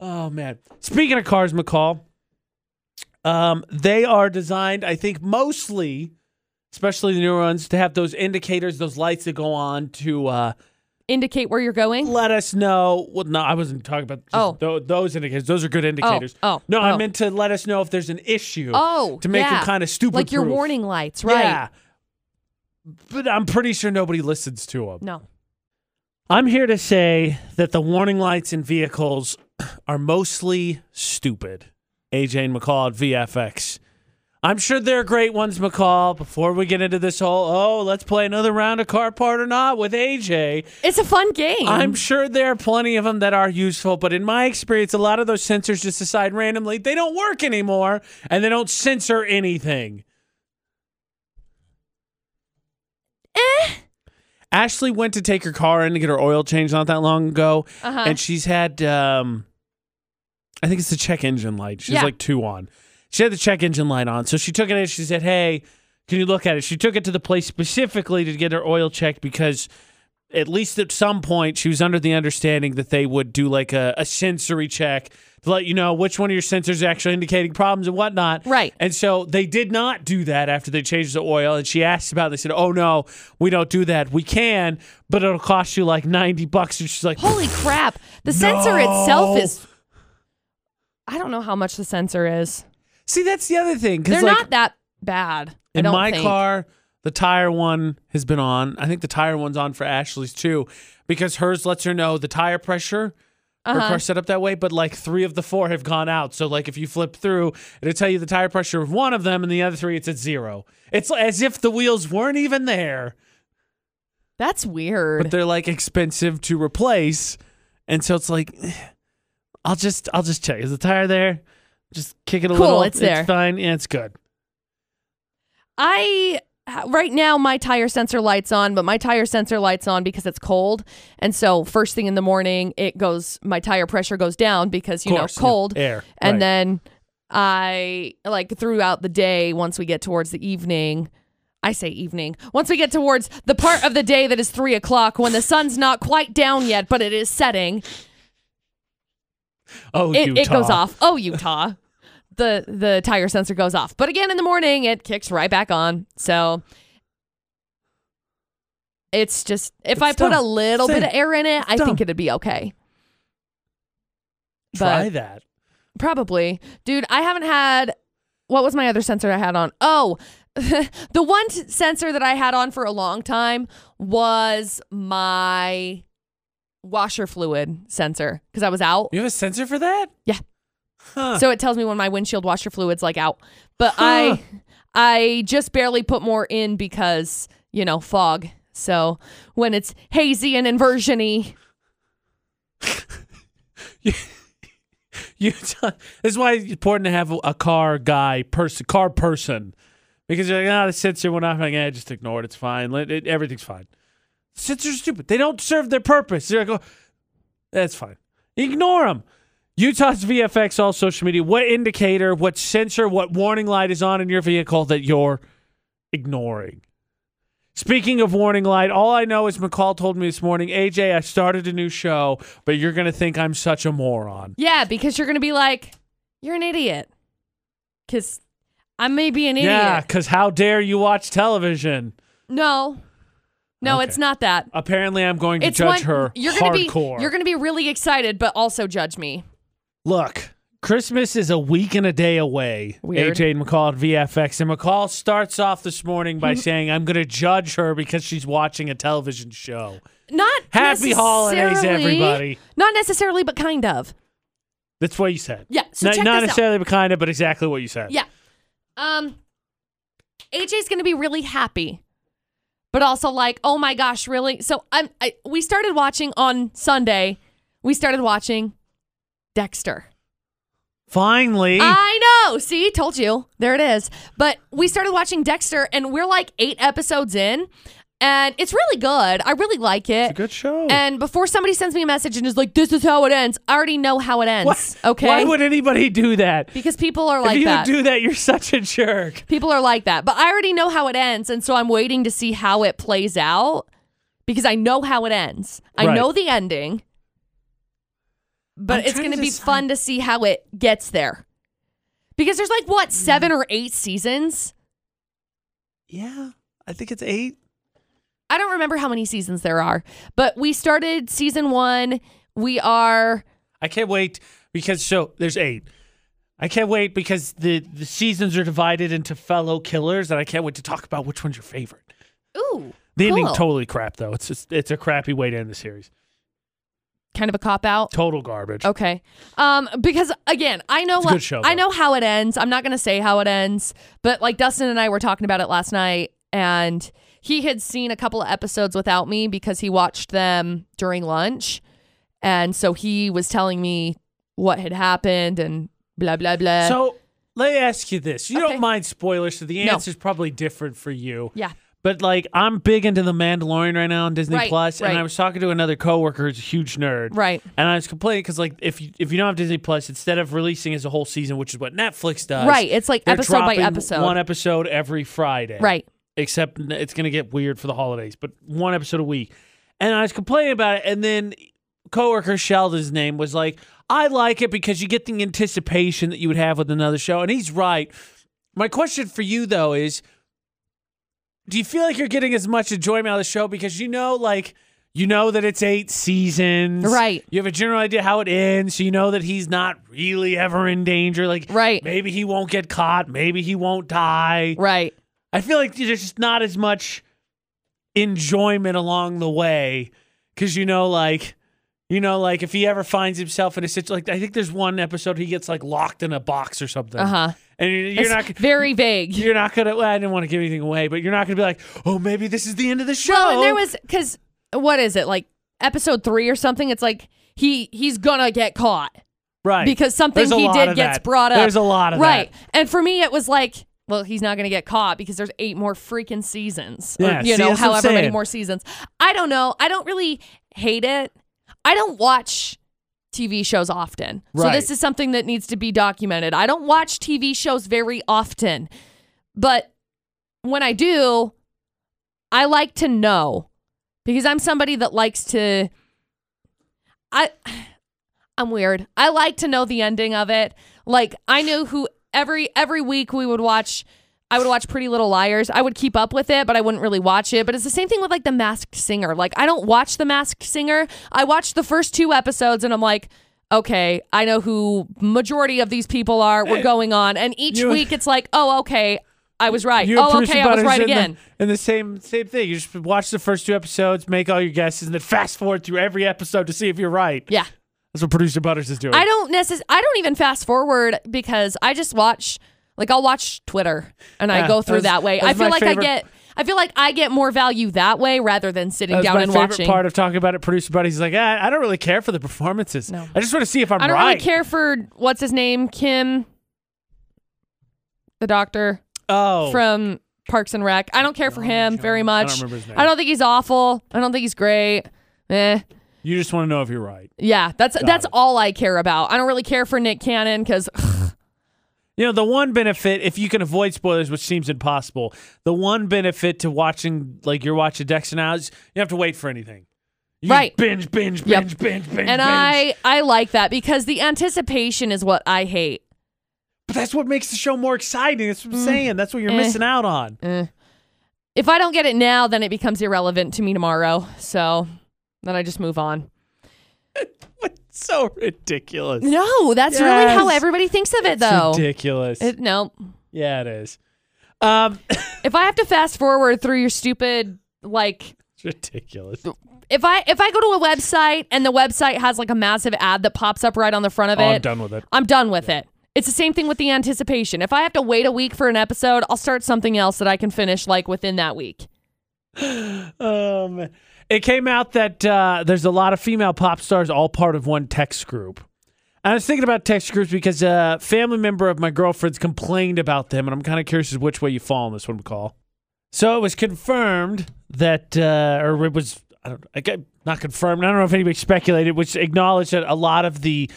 S1: Oh man! Speaking of cars, McCall, um, they are designed, I think, mostly, especially the newer ones, to have those indicators, those lights that go on to uh,
S2: Indicate where you're going.
S1: let us know. Well, no, I wasn't talking about just
S2: Oh.
S1: tho- those indicators. Those are good indicators.
S2: oh,
S1: no, I
S2: oh.
S1: meant to let us know if there's an issue.
S2: Oh,
S1: to make
S2: yeah.
S1: them kind of stupid.
S2: Like your
S1: proof.
S2: warning lights, right?
S1: Yeah. But I'm pretty sure nobody listens to them.
S2: No.
S1: I'm here to say that the warning lights in vehicles are mostly stupid. AJ and McCall at VFX. I'm sure there are great ones, McCall. Before we get into this whole, oh, let's play another round of car part or not with AJ,
S2: It's a fun game.
S1: I'm sure there are plenty of them that are useful. But in my experience, a lot of those sensors just decide randomly they don't work anymore and they don't censor anything.
S2: Eh.
S1: Ashley went to take her car in to get her oil changed not that long ago,
S2: Uh-huh.
S1: and she's had, um, I think it's the check engine light. She's
S2: Yeah.
S1: like two on. She had the check engine light on, so she took it in. She said, "Hey, can you look at it?" She took it to the place specifically to get her oil checked because, at least at some point, she was under the understanding that they would do like a, a sensory check to let you know which one of your sensors is actually indicating problems and whatnot.
S2: Right.
S1: And so they did not do that after they changed the oil. And she asked about it. They said, Oh, no, we don't do that. We can, but it'll cost you like 90 bucks. And she's like,
S2: Holy crap. The sensor itself
S1: No.
S2: is. I don't know how much the sensor is.
S1: See, that's the other thing.
S2: They're
S1: Because, like,
S2: not that bad. I
S1: in
S2: don't
S1: my
S2: think.
S1: car, the tire one has been on. I think the tire one's on for Ashley's too, because hers lets her know the tire pressure.
S2: Uh-huh.
S1: Her car's set up that way, but like three of the four have gone out. So like if you flip through, it'll tell you the tire pressure of one of them, and the other three it's at zero. It's as if the wheels weren't even there.
S2: That's weird.
S1: but they're like expensive to replace, and so it's like, eh, I'll just I'll just check. Is the tire there? Just kick it a
S2: Cool,
S1: little.
S2: it's there.
S1: fine. Yeah, it's good.
S2: I right now my tire sensor lights on, but my tire sensor lights on because it's cold, and so first thing in the morning it goes my tire pressure goes down because you
S1: Course,
S2: know
S1: yeah,
S2: cold
S1: air,
S2: and
S1: right.
S2: then I like throughout the day once we get towards the evening. I say evening. Once we get towards the part of the day that is three o'clock when the sun's not quite down yet, but it is setting,
S1: Oh,
S2: it, it
S1: Utah.
S2: goes off. Oh, Utah. the the tire sensor goes off. But again in the morning it kicks right back on. So it's just if I put a
S1: dumb.
S2: little
S1: Same.
S2: bit of air in it, I
S1: dumb.
S2: think it'd be okay.
S1: Try
S2: but-
S1: that.
S2: Probably. Dude, I haven't had what was my other sensor I had on? Oh, the one t- sensor that I had on for a long time was my washer fluid sensor because I was out.
S1: You have a sensor for that?
S2: Yeah.
S1: Huh.
S2: So it tells me when my windshield washer fluid's like out. But
S1: Huh.
S2: I I just barely put more in because, you know, fog. So when it's hazy and inversiony,
S1: Utah. This is why it's important to have a, a car guy, person, car person, because you're like, ah, the sensor went off. I'm like, eh, just ignore it. It's fine. Let it, everything's fine. Sensors are stupid. They don't serve their purpose. They're like, oh, that's fine. Ignore them. Utah's VFX, all social media. What indicator, what sensor, what warning light is on in your vehicle that you're ignoring? Speaking of warning light, all I know is McCall told me this morning, AJ, I started a new show, but you're going to think I'm such a moron.
S2: yeah, because you're going to be like, you're an idiot. Cuz I may be an idiot.
S1: Yeah, because how dare you watch television?
S2: No. No,
S1: Okay.
S2: it's not that.
S1: Apparently, I'm going to
S2: It's
S1: judge
S2: one,
S1: her
S2: you're gonna
S1: hardcore.
S2: be you're going to be really excited but also judge me.
S1: Look, Christmas is a week and a day away.
S2: Weird.
S1: AJ and McCall at VFX. And McCall starts off this morning by saying, I'm going to judge her because she's watching a television show.
S2: Not
S1: Happy holidays,
S2: necessarily-
S1: everybody.
S2: Not necessarily, but kind of.
S1: That's what you said.
S2: Yeah, so
S1: not
S2: check
S1: not
S2: this out.
S1: necessarily, but kind of, but exactly what you said.
S2: Yeah. Um AJ's going to be really happy but also like, oh my gosh, really? So I'm, I, we started watching on Sunday. We started watching Dexter.
S1: Finally.
S2: I know. See, told you. There it is. But we started watching Dexter, and we're like eight episodes in, and it's really good. I really like it.
S1: Good show.
S2: And before somebody sends me a message and is like, "This is how it ends," I already know how it ends.
S1: What-
S2: Okay.
S1: Why would anybody do that?
S2: because people are
S1: if
S2: like
S1: you
S2: that.
S1: do that, you're such a jerk.
S2: people are like that. But I already know how it ends, and so I'm waiting to see how it plays out because I know how it ends. I
S1: Right.
S2: know the ending. But
S1: I'm
S2: it's
S1: trying to
S2: going to be
S1: decide-
S2: fun to see how it gets there. Because there's like
S1: Mm.
S2: what, 7 or 8 seasons?
S1: Yeah. I think it's eight.
S2: I don't remember how many seasons there are, but we started season 1. We are
S1: I can't wait because so there's eight. I can't wait because the, the seasons are divided into fellow killers, and I can't wait to talk about which one's your favorite.
S2: ooh,
S1: The ending
S2: cool.
S1: totally crap though. It's just it's a crappy way to end the series.
S2: kind of a cop out.
S1: Total garbage.
S2: Okay. Um, because again, I know
S1: It's a
S2: what
S1: good show,
S2: I
S1: though.
S2: know how it ends. I'm not gonna say how it ends, but like Dustin and I were talking about it last night, and he had seen a couple of episodes without me because he watched them during lunch, and so he was telling me what had happened and blah blah blah.
S1: So let me ask you this: You
S2: Okay.
S1: don't mind spoilers, so the
S2: No.
S1: answer's probably different for you.
S2: yeah,
S1: But like, I'm big into the Mandalorian right now on Disney
S2: Right,
S1: Plus,
S2: right.
S1: and I was talking to another coworker who's a huge nerd,
S2: right.
S1: and I was complaining because like, if you, if you don't have Disney Plus, instead of releasing as a whole season, which is what Netflix does,
S2: Right. It's like
S1: they're
S2: episode by
S1: dropping
S2: episode.
S1: one e- episode every Friday,
S2: right.
S1: except n- it's going to get weird for the holidays, but one episode a week. And I was complaining about it, and then coworker Sheldon's name was like, "I like it because you get the anticipation that you would have with another show," and he's right. My question for you though is, do you feel like you're getting as much enjoyment out of the show because you know, like, you know that it's eight seasons,
S2: Right.
S1: You have a general idea how it ends, so you know that he's not really ever in danger. Like,
S2: Right.
S1: Maybe he won't get caught. Maybe he won't die.
S2: Right.
S1: I feel like there's just not as much enjoyment along the way because you know, like, you know, like if he ever finds himself in a situation, like I think there's one episode he gets like locked in a box or something,
S2: Uh huh.
S1: and you're, you're
S2: It's
S1: not.
S2: very vague.
S1: You're not gonna. Well, I didn't want to give anything away, but you're not gonna be like, oh, maybe this is the end of the show.
S2: Well, and there was because what is it like episode three or something? It's like he he's gonna get caught
S1: right
S2: because something
S1: There's a
S2: he
S1: lot
S2: did
S1: of
S2: gets
S1: that.
S2: brought up.
S1: There's a lot of
S2: right.
S1: that.
S2: And for me, it was like, well, he's not gonna get caught because there's eight more freaking seasons. or,
S1: Yeah,
S2: you
S1: see,
S2: know,
S1: that's what I'm
S2: however many
S1: saying.
S2: more seasons. I don't know. I don't really hate it. I don't watch. TV shows often. So
S1: Right.
S2: this is something that needs to be documented. I don't watch TV shows very often. But when I do, I like to know because I'm somebody that likes to I I'm weird. I like to know the ending of it. Like I knew who every every week we would watch I would watch Pretty Little Liars. I would keep up with it, but I wouldn't really watch it. But it's the same thing with like The Masked Singer. Like I don't watch The Masked Singer. I watched the first two episodes and I'm like, okay, I know who majority of these people are. We're going on. And each
S1: You-
S2: week it's like, oh, okay, I was right.
S1: You and
S2: oh,
S1: producer
S2: okay, I was
S1: Butters
S2: right
S1: in the-
S2: again.
S1: And the same same thing. You just watch the first two episodes, make all your guesses, and then fast forward through every episode to see if you're right.
S2: yeah.
S1: That's what producer Butters is doing.
S2: I don't necess- I don't even fast forward because I just watch like I'll watch Twitter and I
S1: Yeah,
S2: go through
S1: that's-
S2: that way.
S1: that's
S2: I
S1: my
S2: feel like
S1: favorite-
S2: I get I feel like I get more value that way rather than sitting
S1: That's
S2: down
S1: my
S2: and
S1: favorite
S2: watching.
S1: part of talking about it. Producer Buddy's like, ah, I don't really care for the performances.
S2: No.
S1: I just want to see if I'm
S2: I don't
S1: right.
S2: really care for what's his name, Kim the doctor
S1: Oh,
S2: from Parks and Rec. I don't care for him very
S1: I
S2: much.
S1: don't remember his name.
S2: I don't think he's awful. I don't think he's great. Eh.
S1: you just want to know if you're right.
S2: Yeah, that's that's
S1: it.
S2: all I care about. I don't really care for Nick Cannon because
S1: You know, the one benefit, if you can avoid spoilers, which seems impossible, the one benefit to watching, like you're watching Dexter now, is you don't have to wait for anything. You just
S2: Right.
S1: Binge, binge, binge,
S2: Yep.
S1: binge, binge, binge.
S2: and I I like that because the anticipation is what I hate.
S1: But that's what makes the show more exciting. That's what I'm saying. That's what you're
S2: Eh.
S1: missing out on.
S2: If I don't get it now, then it becomes irrelevant to me tomorrow. So then I just move on.
S1: It's so ridiculous.
S2: No, that's really how
S1: Yes.
S2: everybody thinks of it,
S1: It's
S2: though.
S1: ridiculous.
S2: It- no,
S1: yeah, it is. Um,
S2: if I have to fast forward through your stupid like.
S1: it's ridiculous.
S2: If I if I go to a website and the website has like a massive ad that pops up right on the front of
S1: Oh,
S2: it,
S1: I'm done with it.
S2: I'm done with it. It's the same thing with the anticipation. If I have to wait a week for an episode, I'll start something else that I can finish like within that week.
S1: Um, it came out that uh, there's a lot of female pop stars all part of one text group. I was thinking about text groups because a family member of my girlfriend's complained about them, and I'm kind of curious as which way you fall on this one, call. So it was confirmed that, uh, or it was, I don't, I got, not confirmed. I don't know if anybody speculated, which acknowledged that a lot of the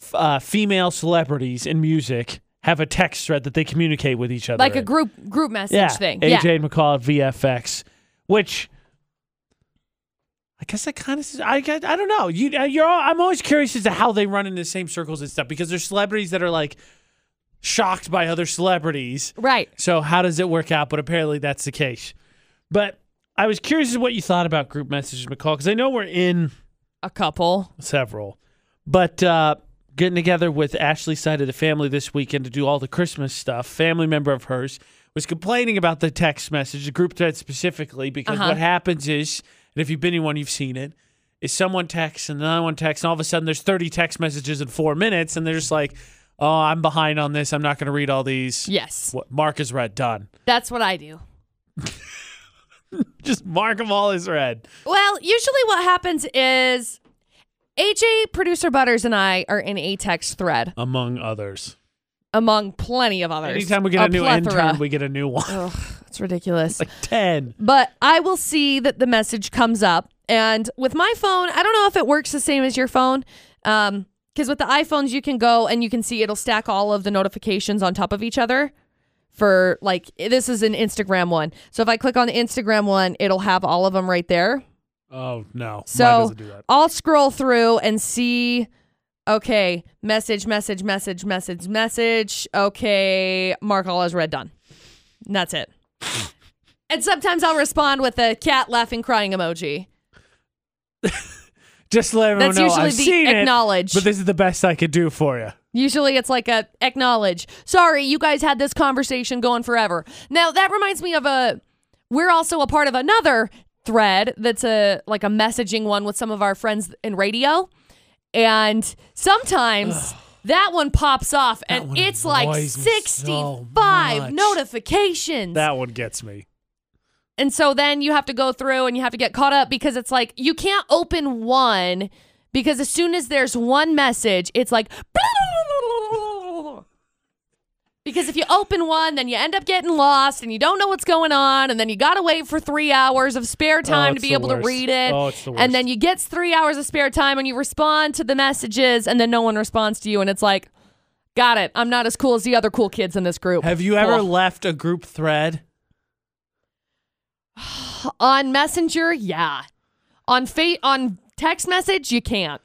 S1: f- uh, female celebrities in music have a text thread that they communicate with each other.
S2: like a
S1: in.
S2: group group message
S1: yeah,
S2: thing.
S1: AJ
S2: Yeah.
S1: and McCall at VFX, which I guess I kind of I guess, I don't know. You uh, you're all, I'm always curious as to how they run in the same circles and stuff because there's celebrities that are like shocked by other celebrities.
S2: Right.
S1: So how does it work out? But apparently that's the case. But I was curious as to what you thought about group messages, McCall, because I know we're in
S2: A couple.
S1: several. But uh, getting together with Ashley's side of the family this weekend to do all the Christmas stuff, family member of hers was complaining about the text message, the group thread specifically, because
S2: Uh-huh.
S1: what happens is, and if you've been in one, you've seen it, is someone texts and another one texts, and all of a sudden there's 30 text messages in four minutes, and they're just like, oh, I'm behind on this. I'm not going to read all these.
S2: Yes.
S1: What, mark is red, done.
S2: That's what I do.
S1: Just mark them all as red.
S2: Well, usually what happens is AJ, producer Butters, and I are in a text thread
S1: Among others.
S2: among plenty of others.
S1: Anytime we get a, new
S2: plethora.
S1: intern, we get a new one.
S2: Ugh, it's ridiculous.
S1: like 10.
S2: but I will see that the message comes up. And with my phone, I don't know if it works the same as your phone. Um, because with the iPhones, you can go and you can see it'll stack all of the notifications on top of each other for like this is an Instagram one. So if I click on the Instagram one, it'll have all of them right there.
S1: Oh, no. Mine
S2: So
S1: doesn't do that.
S2: I'll scroll through and see. Okay, message, message, message, message, message. Okay, mark all as read done. And that's it. and sometimes I'll respond with a cat laughing crying emoji.
S1: Just let everyone
S2: That's
S1: know
S2: usually
S1: I've
S2: the
S1: seen
S2: acknowledge.
S1: it, but this is the best I could do for you.
S2: Usually it's like a acknowledge. Sorry, you guys had this conversation going forever. Now that reminds me of a we're also a part of another thread that's a like a messaging one with some of our friends in radio. And sometimes that one pops off
S1: That
S2: and
S1: one
S2: it's like
S1: annoys me so
S2: 65
S1: much.
S2: notifications.
S1: That one gets me.
S2: And so then you have to go through and you have to get caught up because it's like you can't open one because as soon as there's one message, it's like because if you open one, then you end up getting lost and you don't know what's going on, and then you gotta wait for three hours of spare time to
S1: Oh, it's
S2: be
S1: the
S2: able
S1: worst.
S2: to read it.
S1: Oh, it's the
S2: And then
S1: worst.
S2: you get three hours of spare time and you respond to the messages, and then no one responds to you, and it's like, got it. I'm not as cool as the other cool kids in this group.
S1: Have you ever
S2: Ugh.
S1: left a group thread?
S2: On Messenger, yeah. On fa- on text message, you can't.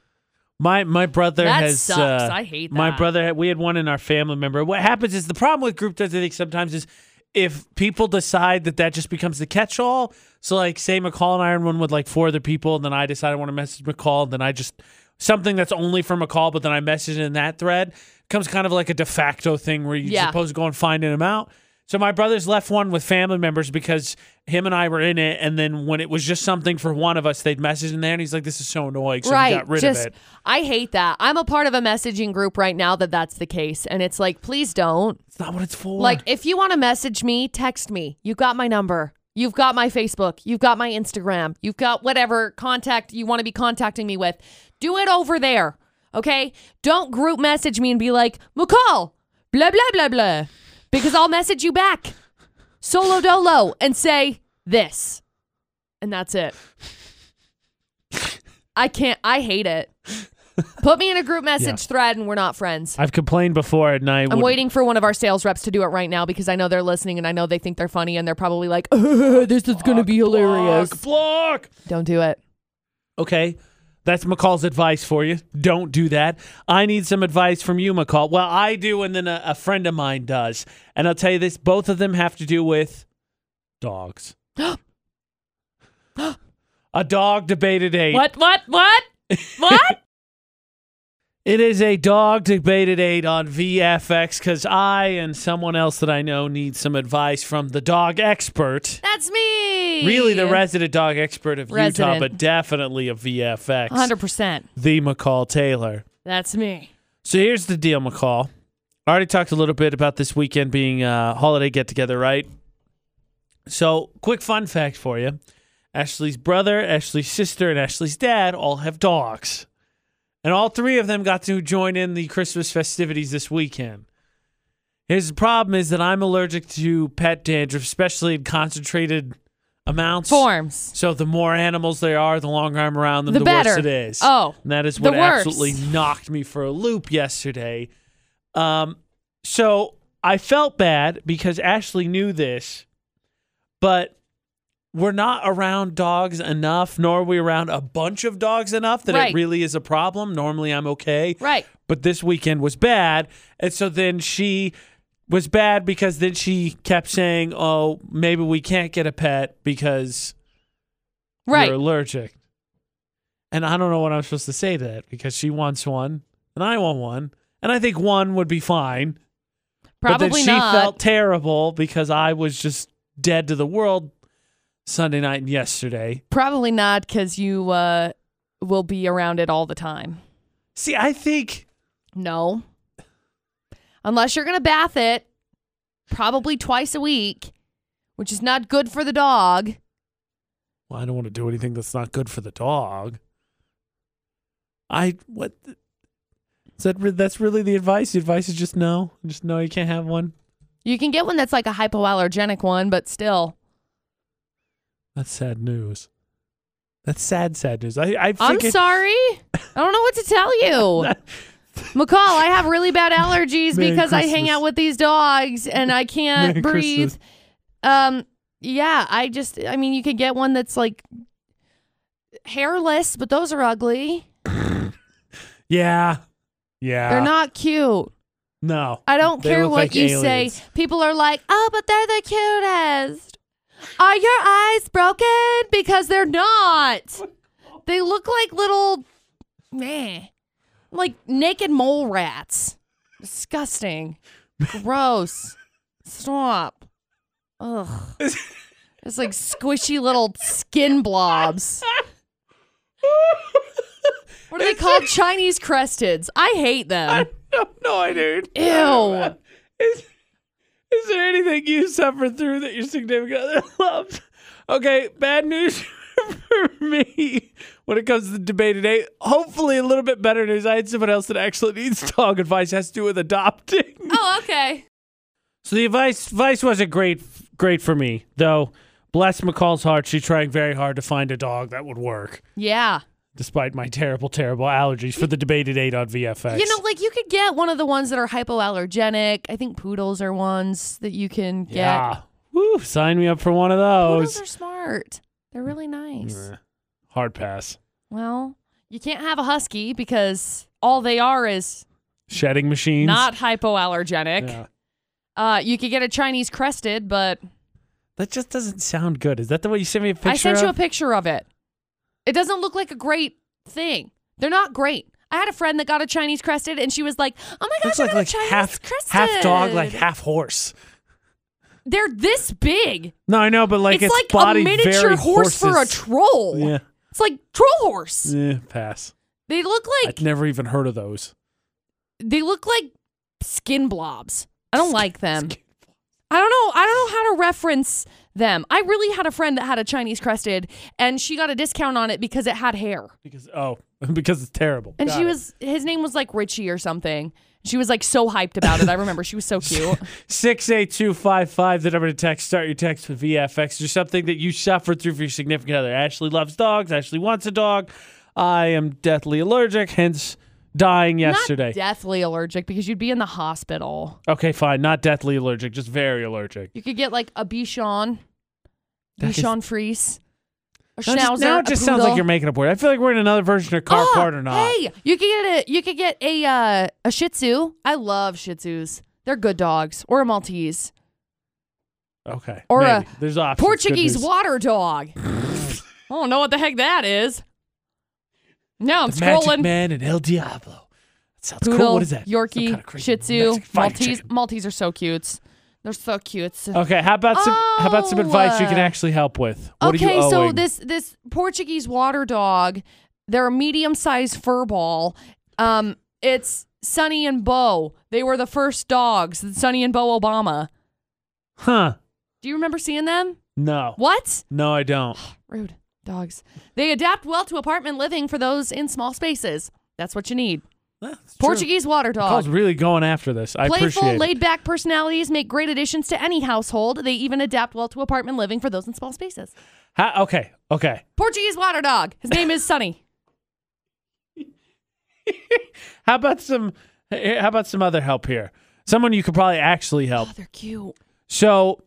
S1: My my brother
S2: That
S1: has.
S2: sucks.
S1: uh,
S2: I hate
S1: My
S2: that.
S1: brother, we had one in our family member. What happens is the problem with group threads, I think, sometimes is if people decide that that just becomes the catch-all. So, like, say McCall and I are in one with like four other people, and then I decide I want to message McCall, and then I just something that's only for McCall, but then I message it in that thread becomes kind of like a de facto thing where you're
S2: Yeah.
S1: supposed to go and find him out. So my brother's left one with family members because him and I were in it, and then when it was just something for one of us, they'd message in there, and he's like, "This is so annoying," so he
S2: right.
S1: got rid
S2: just
S1: of it.
S2: I hate that. I'm a part of a messaging group right now that that's the case, and it's like, please don't.
S1: It's not what it's for.
S2: Like, if you want to message me, text me. You've got my number. You've got my Facebook. You've got my Instagram. You've got whatever contact you want to be contacting me with. Do it over there. Okay? Don't group message me and be like, McCall, blah, blah, blah, blah. Because I'll message you back solo dolo and say this. And that's it. I can't, I hate it. Put me in a group message thread and we're not friends.
S1: I've complained before, and I
S2: I'm
S1: would-
S2: waiting for one of our sales reps to do it right now because I know they're listening and I know they think they're funny and they're probably like, this is going to be hilarious.
S1: Block, block.
S2: Don't do it.
S1: Okay, that's McCall's advice for you. Don't do that. I need some advice from you, McCall. Well, I do, and then a, a friend of mine does. And I'll tell you this: both of them have to do with dogs. a dog debated a
S2: What, what, what? What?
S1: It is a dog debated eight on VFX because I and someone else that I know need some advice from the dog expert.
S2: That's me.
S1: Really, the resident dog expert of Utah,
S2: Resident.
S1: but definitely of VFX,
S2: 100%.
S1: the McCall Taylor.
S2: That's me.
S1: So here's the deal, McCall. I already talked a little bit about this weekend being a holiday get together, right? So, quick fun fact for you Ashley's brother, Ashley's sister, and Ashley's dad all have dogs. And all three of them got to join in the Christmas festivities this weekend. Here's the problem is that I'm allergic to pet dandruff, especially in concentrated amounts.
S2: Forms.
S1: So the more animals there are, the longer I'm around them,
S2: The
S1: the,
S2: better.
S1: worse it is.
S2: Oh,
S1: and that is
S2: the
S1: what
S2: worse.
S1: absolutely knocked me for a loop yesterday. Um, so I felt bad because Ashley knew this, but we're not around dogs enough, nor are we around a bunch of dogs enough that
S2: Right.
S1: it really is a problem. Normally, I'm okay
S2: Right.
S1: but this weekend was bad. And so then she was bad because then she kept saying, oh, maybe we can't get a pet because
S2: Right.
S1: you're allergic. And I don't know what I'm supposed to say to that because she wants one and I want one. And I think one would be fine.
S2: Probably
S1: but then she
S2: not.
S1: felt terrible because I was just dead to the world Sunday night and yesterday.
S2: Probably not because you uh, will be around it all the time.
S1: See, I think
S2: No. Unless you're going to bath it probably twice a week, which is not good for the dog.
S1: Well, I don't want to do anything that's not good for the dog. I what? the- Is that re- that's really the advice? The advice is just no, just no. You can't have one.
S2: You can get one that's like a hypoallergenic one, but still.
S1: That's sad news. That's sad, sad news. I I
S2: I'm
S1: think it-
S2: sorry. I don't know what to tell you. McCall, I have really bad allergies
S1: Merry
S2: because I hang
S1: Christmas.
S2: out with these dogs and I can't
S1: Merry
S2: breathe.
S1: Christmas.
S2: Um yeah, I just I mean you could get one that's like hairless, but those are ugly.
S1: Yeah, yeah.
S2: They're not cute.
S1: No,
S2: I don't
S1: They
S2: care
S1: look
S2: what
S1: like
S2: you
S1: aliens.
S2: say. People are like, "Oh, but they're the cutest." Are your eyes broken? Because they're not. They look like little, meh, like naked mole rats. Disgusting. Gross. Stop. Ugh. It's like squishy little skin blobs. What are they called? Chinese cresteds. I hate them.
S1: I have no idea.
S2: Ew. about.
S1: Is, is there anything you suffered through that your significant other loved? Okay, bad news for me when it comes to the debate today. Hopefully, a little bit better news. I had someone else that actually needs dog advice. Has to do with adopting.
S2: Oh, okay.
S1: So the advice advice wasn't great great for me though. Bless McCall's heart. She's trying very hard to find a dog that would work,
S2: Yeah.
S1: despite my terrible, terrible allergies for the debate at eight on VFX.
S2: You know, like you could get one of the ones that are hypoallergenic. I think poodles are ones that you can get.
S1: yeah. Woo! Sign me up for one of
S2: Poodles
S1: those.
S2: are smart. They're really nice.
S1: Nah, Hard pass.
S2: Well, you can't have a husky because all they are is
S1: Shedding machines.
S2: not hypoallergenic.
S1: Yeah.
S2: Uh, you could get a Chinese crested, but
S1: That just doesn't sound good. Is that the way you sent me a picture?
S2: I sent you a
S1: of?
S2: picture of it. It doesn't look like a great thing. They're not great. I had a friend that got a Chinese crested, and she was like, "Oh my gosh,
S1: Looks
S2: I
S1: like
S2: got a
S1: like
S2: Chinese
S1: half
S2: crested."
S1: half dog, like half horse.
S2: They're this big.
S1: No, I know, but like its,
S2: it's, like
S1: body
S2: a miniature
S1: very
S2: horse for a
S1: horses.
S2: troll.
S1: Yeah.
S2: It's like troll horse.
S1: yeah, pass.
S2: They look like
S1: I'd never even heard of those.
S2: they look like skin blobs. I don't like them. I don't know. I don't know how to reference them. I really had a friend that had a Chinese crested, and she got a discount on it because it had hair.
S1: Because oh, because it's terrible.
S2: And
S1: Got
S2: she
S1: it.
S2: was his name was like Richie or something. She was like so hyped about it. I remember she was so cute.
S1: six eight two five five. The number to text. Start your text with VFX. There's something that you suffered through for your significant other. Ashley loves dogs. Ashley wants a dog. I am deathly allergic, hence dying yesterday.
S2: Not deathly allergic because you'd be in the hospital.
S1: okay, fine. Not deathly allergic, just very allergic.
S2: You could get like a Bichon,
S1: That is-
S2: Bichon Frise, a
S1: Now it just-
S2: Schnauzer.
S1: now it just
S2: a
S1: sounds like
S2: Poodle.
S1: you're making up word. I feel like we're in another version of car
S2: Ah,
S1: part or not.
S2: Hey, you could get a you could get a uh, a Shih Tzu. I love Shih Tzus. They're good dogs, or a Maltese,
S1: Okay.
S2: Or a
S1: maybe. there's options.
S2: Portuguese
S1: Good news.
S2: water dog. I don't know what the heck that is. No, I'm
S1: The Magic
S2: scrolling.
S1: Man and El Diablo. That sounds
S2: Poodle,
S1: cool. What is that? Some
S2: Yorkie,
S1: kind of crazy
S2: Shih Tzu,
S1: Mexican fire
S2: Maltese.
S1: chicken.
S2: Maltese are so cute. They're so cute.
S1: Okay, how about some? how about some
S2: Oh,
S1: advice you can
S2: uh,
S1: actually help with? What are
S2: okay,
S1: you owing?
S2: so this this Portuguese water dog, they're a medium sized fur ball. Um, it's Sonny and Bo. They were the first dogs. Sonny and Bo Obama.
S1: huh?
S2: Do you remember seeing them?
S1: No,
S2: What?
S1: no, I don't.
S2: Rude. Dogs. They adapt well to apartment living for those in small spaces. That's what you need. Portuguese water
S1: I was
S2: dog.
S1: really going after this. I
S2: Playful,
S1: appreciate it.
S2: laid back personalities make great additions to any household. They even adapt well to apartment living for those in small spaces.
S1: Ha- okay, okay.
S2: Portuguese water dog. His name is Sunny.
S1: How about some? eh, How about some other help here? Someone you could probably actually help.
S2: Oh, they're cute.
S1: So,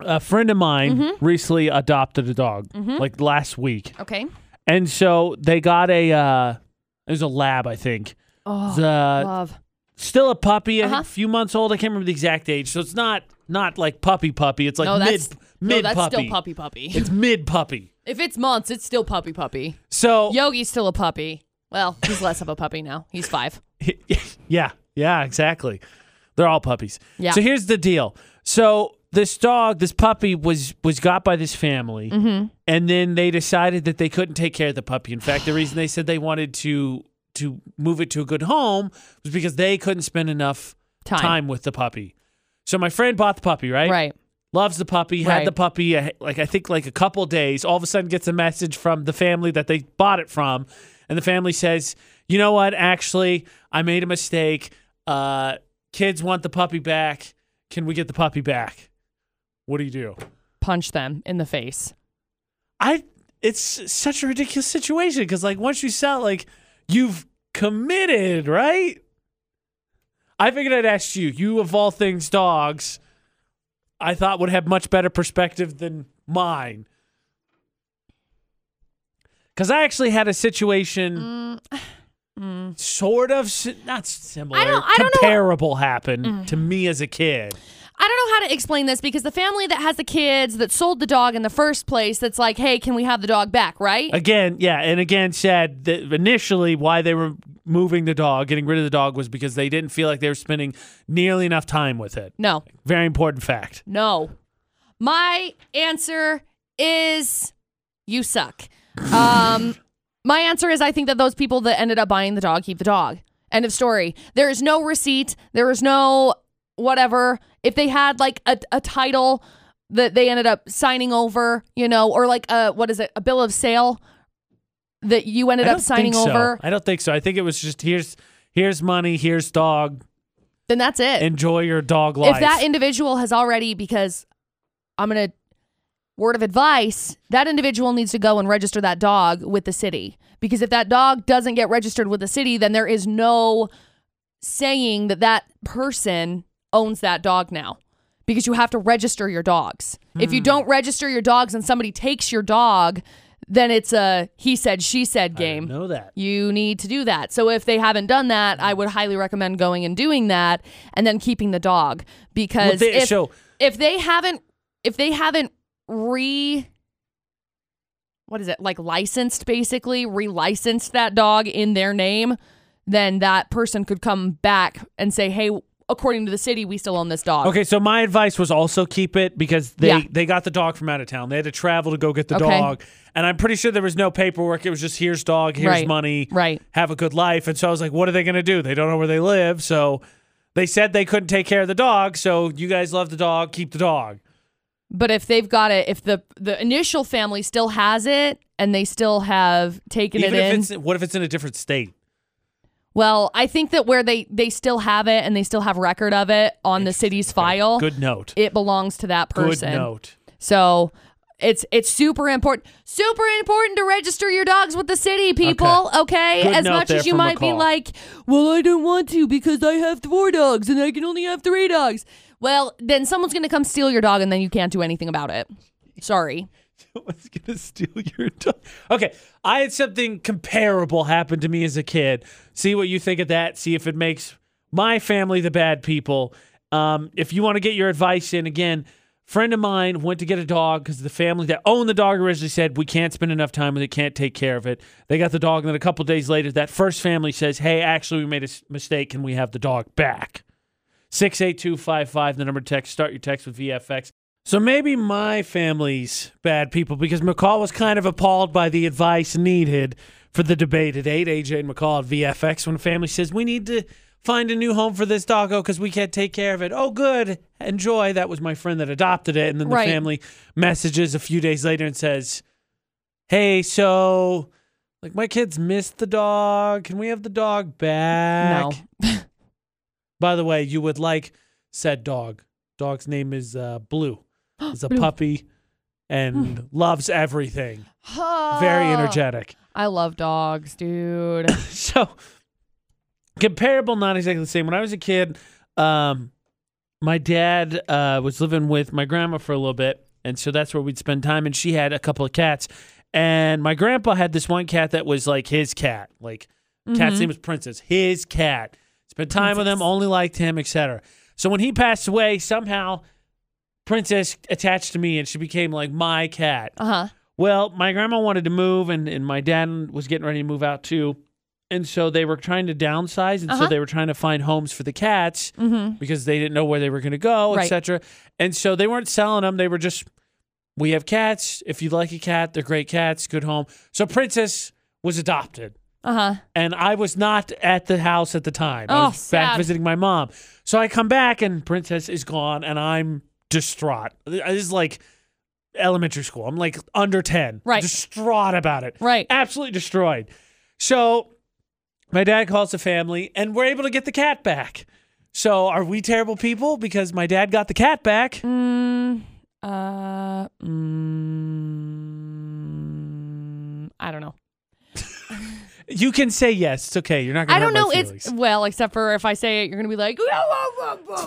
S1: a friend of mine recently adopted a dog, like last week,
S2: Okay.
S1: and so they got a. Uh, it was a lab, I think.
S2: Oh,
S1: It's, uh,
S2: love.
S1: still a puppy, a
S2: Uh-huh.
S1: few months old. I can't remember the exact age, so it's not not like puppy puppy. It's like
S2: no,
S1: mid
S2: that's no,
S1: mid
S2: that's
S1: puppy.
S2: still puppy puppy.
S1: It's mid puppy.
S2: if it's months, it's still puppy puppy.
S1: So
S2: Yogi's still a puppy. Well, he's less of a puppy now. He's five.
S1: yeah, yeah, exactly. They're all puppies.
S2: Yeah.
S1: So here's the deal. So this dog, this puppy was was got by this family,
S2: Mm-hmm.
S1: and then they decided that they couldn't take care of the puppy. In fact, the reason they said they wanted to to move it to a good home was because they couldn't spend enough
S2: Time.
S1: time with the puppy. So my friend bought the puppy, right?
S2: Right.
S1: loves the puppy,
S2: Right.
S1: had the puppy uh, like I think like a couple days, all of a sudden gets a message from the family that they bought it from, and the family says, "You know what? Actually, I made a mistake. Uh, kids want the puppy back. Can we get the puppy back? What do you do?
S2: Punch them in the face.
S1: I. It's such a ridiculous situation because like once you sell, like you've committed, right? I figured I'd ask you. You of all things, dogs. I thought would have much better perspective than mine. Because I actually had a situation, sort of, si- not similar,
S2: Mm, I don't- I don't know Mm. what-
S1: comparable happen to me as a kid.
S2: I don't know how to explain this because the family that has the kids that sold the dog in the first place that's like, hey, can we have the dog back, right?
S1: Again, yeah, and again said that initially why they were moving the dog, getting rid of the dog, was because they didn't feel like they were spending nearly enough time with it.
S2: no,
S1: Very important fact.
S2: no. My answer is you suck. Um, my answer is I think that those people that ended up buying the dog keep the dog. End of story. There is no receipt. There is no whatever. If they had like a, a title that they ended up signing over, you know, or like a, what is it, a bill of sale that you ended
S1: I
S2: up
S1: don't
S2: signing
S1: think so.
S2: over,
S1: I don't think so. I think it was just here's here's money, here's dog.
S2: then that's it.
S1: Enjoy your dog life.
S2: If that individual has already, because I'm going to, word of advice, that individual needs to go and register that dog with the city. Because if that dog doesn't get registered with the city, then there is no saying that that person owns that dog now. Because you have to register your dogs. If you don't register your dogs and somebody takes your dog, then it's a he said, she said
S1: I didn't
S2: game
S1: know that.
S2: you need to do that. So if they haven't done that, I would highly recommend going and doing that and then keeping the dog because
S1: Well, they-
S2: if,
S1: so-
S2: if they haven't if they haven't re what is it? Like licensed basically, relicensed that dog in their name, then that person could come back and say, "Hey, according to the city, we still own this dog."
S1: Okay, so my advice was also keep it because they
S2: Yeah.
S1: they got the dog from out of town. They had to travel to go get the
S2: Okay.
S1: dog, and I'm pretty sure there was no paperwork. It was just here's dog, here's
S2: Right.
S1: money,
S2: Right.
S1: Have a good life. And so I was like, what are they gonna do? They don't know where they live, so they said they couldn't take care of the dog. So you guys love the dog, keep the dog.
S2: But if they've got it, if the the initial family still has it and they still have taken
S1: Even
S2: it in,
S1: if it's what if it's in a different state?
S2: Well, I think that where they they still have it and they still have record of it on the city's file,
S1: Good note.
S2: it belongs to that
S1: Good
S2: person.
S1: note.
S2: So it's it's super important, super important to register your dogs with the city people. Okay,
S1: Good
S2: as
S1: note
S2: much
S1: there
S2: as you
S1: from
S2: might be
S1: McCall.
S2: like, well, I don't want to because I have four dogs and I can only have three dogs. Well, then someone's gonna come steal your dog and then you can't do anything about it. Sorry.
S1: Someone's gonna steal your dog. Okay, I had something comparable happen to me as a kid. See what you think of that. See if it makes my family the bad people. Um, if you want to get your advice in again, friend of mine went to get a dog because the family that owned the dog originally said we can't spend enough time with it, can't take care of it. They got the dog, and then a couple days later, that first family says, "Hey, actually, we made a s- mistake. Can we have the dog back?" 68255, the number to text. Start your text with VFX. So maybe my family's bad people because McCall was kind of appalled by the advice needed for the debate at 8. AJ and McCall at VFX when a family says, We need to find a new home for this doggo because we can't take care of it. Oh, good. Enjoy. That was my friend that adopted it. And then the
S2: Right.
S1: family messages a few days later and says, hey, so like my kids missed the dog. Can we have the dog back?
S2: No.
S1: By the way, you would like said dog. Dog's name is uh, Blue. He's a
S2: Blue.
S1: puppy and loves everything.
S2: Oh.
S1: Very energetic.
S2: Ah. I love dogs, dude.
S1: so comparable, not exactly the same. When I was a kid, um, my dad uh, was living with my grandma for a little bit, and so that's where we'd spend time. And she had a couple of cats, and my grandpa had this one cat that was like his cat, like cat's name was Princess, his cat. Spent time with him,
S2: Princess.
S1: only liked him, etc. So when he passed away, somehow Princess attached to me, and she became like my cat.
S2: Uh huh.
S1: Well, my grandma wanted to move, and, and my dad was getting ready to move out too. And so they were trying to downsize, and
S2: Uh-huh.
S1: so they were trying to find homes for the cats
S2: Mm-hmm.
S1: because they didn't know where they were going to go,
S2: Right.
S1: etc. And so they weren't selling them; they were just, "We have cats. If you like a cat, they're great cats, good home." So Princess was adopted
S2: Uh huh.
S1: and I was not at the house at the time. I
S2: Oh,
S1: was back
S2: sad.
S1: visiting my mom. So I come back and Princess is gone and I'm distraught. This is like elementary school. I'm like under 10.
S2: Right.
S1: Distraught about it.
S2: Right.
S1: Absolutely destroyed. So my dad calls the family and we're able to get the cat back. So are we terrible people because my dad got the cat back?
S2: Mm, uh, mm, I don't know.
S1: You can say yes. It's okay. You're not going
S2: I
S1: to
S2: don't know.
S1: My
S2: It's
S1: feelings.
S2: well, except for if I say it, you're gonna be like,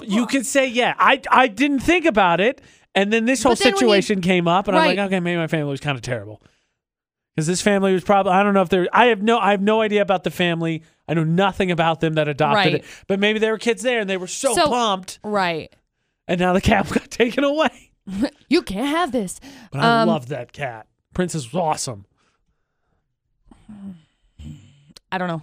S1: you could say yeah. I I didn't think about it, and then this whole
S2: But then when you-
S1: situation came up, and I'm
S2: Right.
S1: like, okay, maybe my family was kind of terrible because this family was probably I don't know if they're I have no I have no idea about the family. I know nothing about them that adopted
S2: Right.
S1: it, but maybe there were kids there and they were so,
S2: So-
S1: pumped,
S2: right.
S1: and now the cat got taken away.
S2: You can't have this.
S1: But I
S2: Um,
S1: loved that cat. Princess was awesome.
S2: I don't know.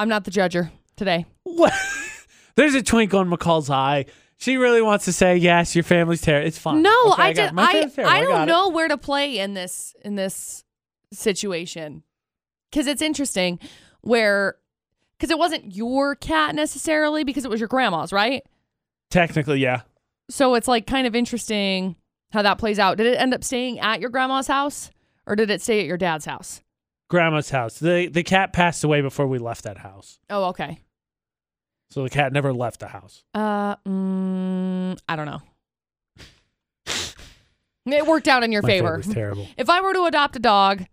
S2: I'm not the judger today.
S1: What? There's a twinkle in McCall's eye. She really wants to say yes. Your family's terrible. It's fine.
S2: No,
S1: Okay,
S2: I
S1: got-
S2: just
S1: my
S2: I
S1: family's
S2: I,
S1: terrible. got
S2: don't
S1: it.
S2: know where to play in this in this situation because it's interesting where because it wasn't your cat necessarily because it was your grandma's right.
S1: Technically, yeah.
S2: So it's like kind of interesting how that plays out. Did it end up staying at your grandma's house or did it stay at your dad's house?
S1: grandma's house. The the cat passed away before we left that house.
S2: Oh, okay.
S1: So the cat never left the house.
S2: Uh, mm, I don't know. It worked out in your
S1: My
S2: favor.
S1: was terrible.
S2: If I were to adopt a dog,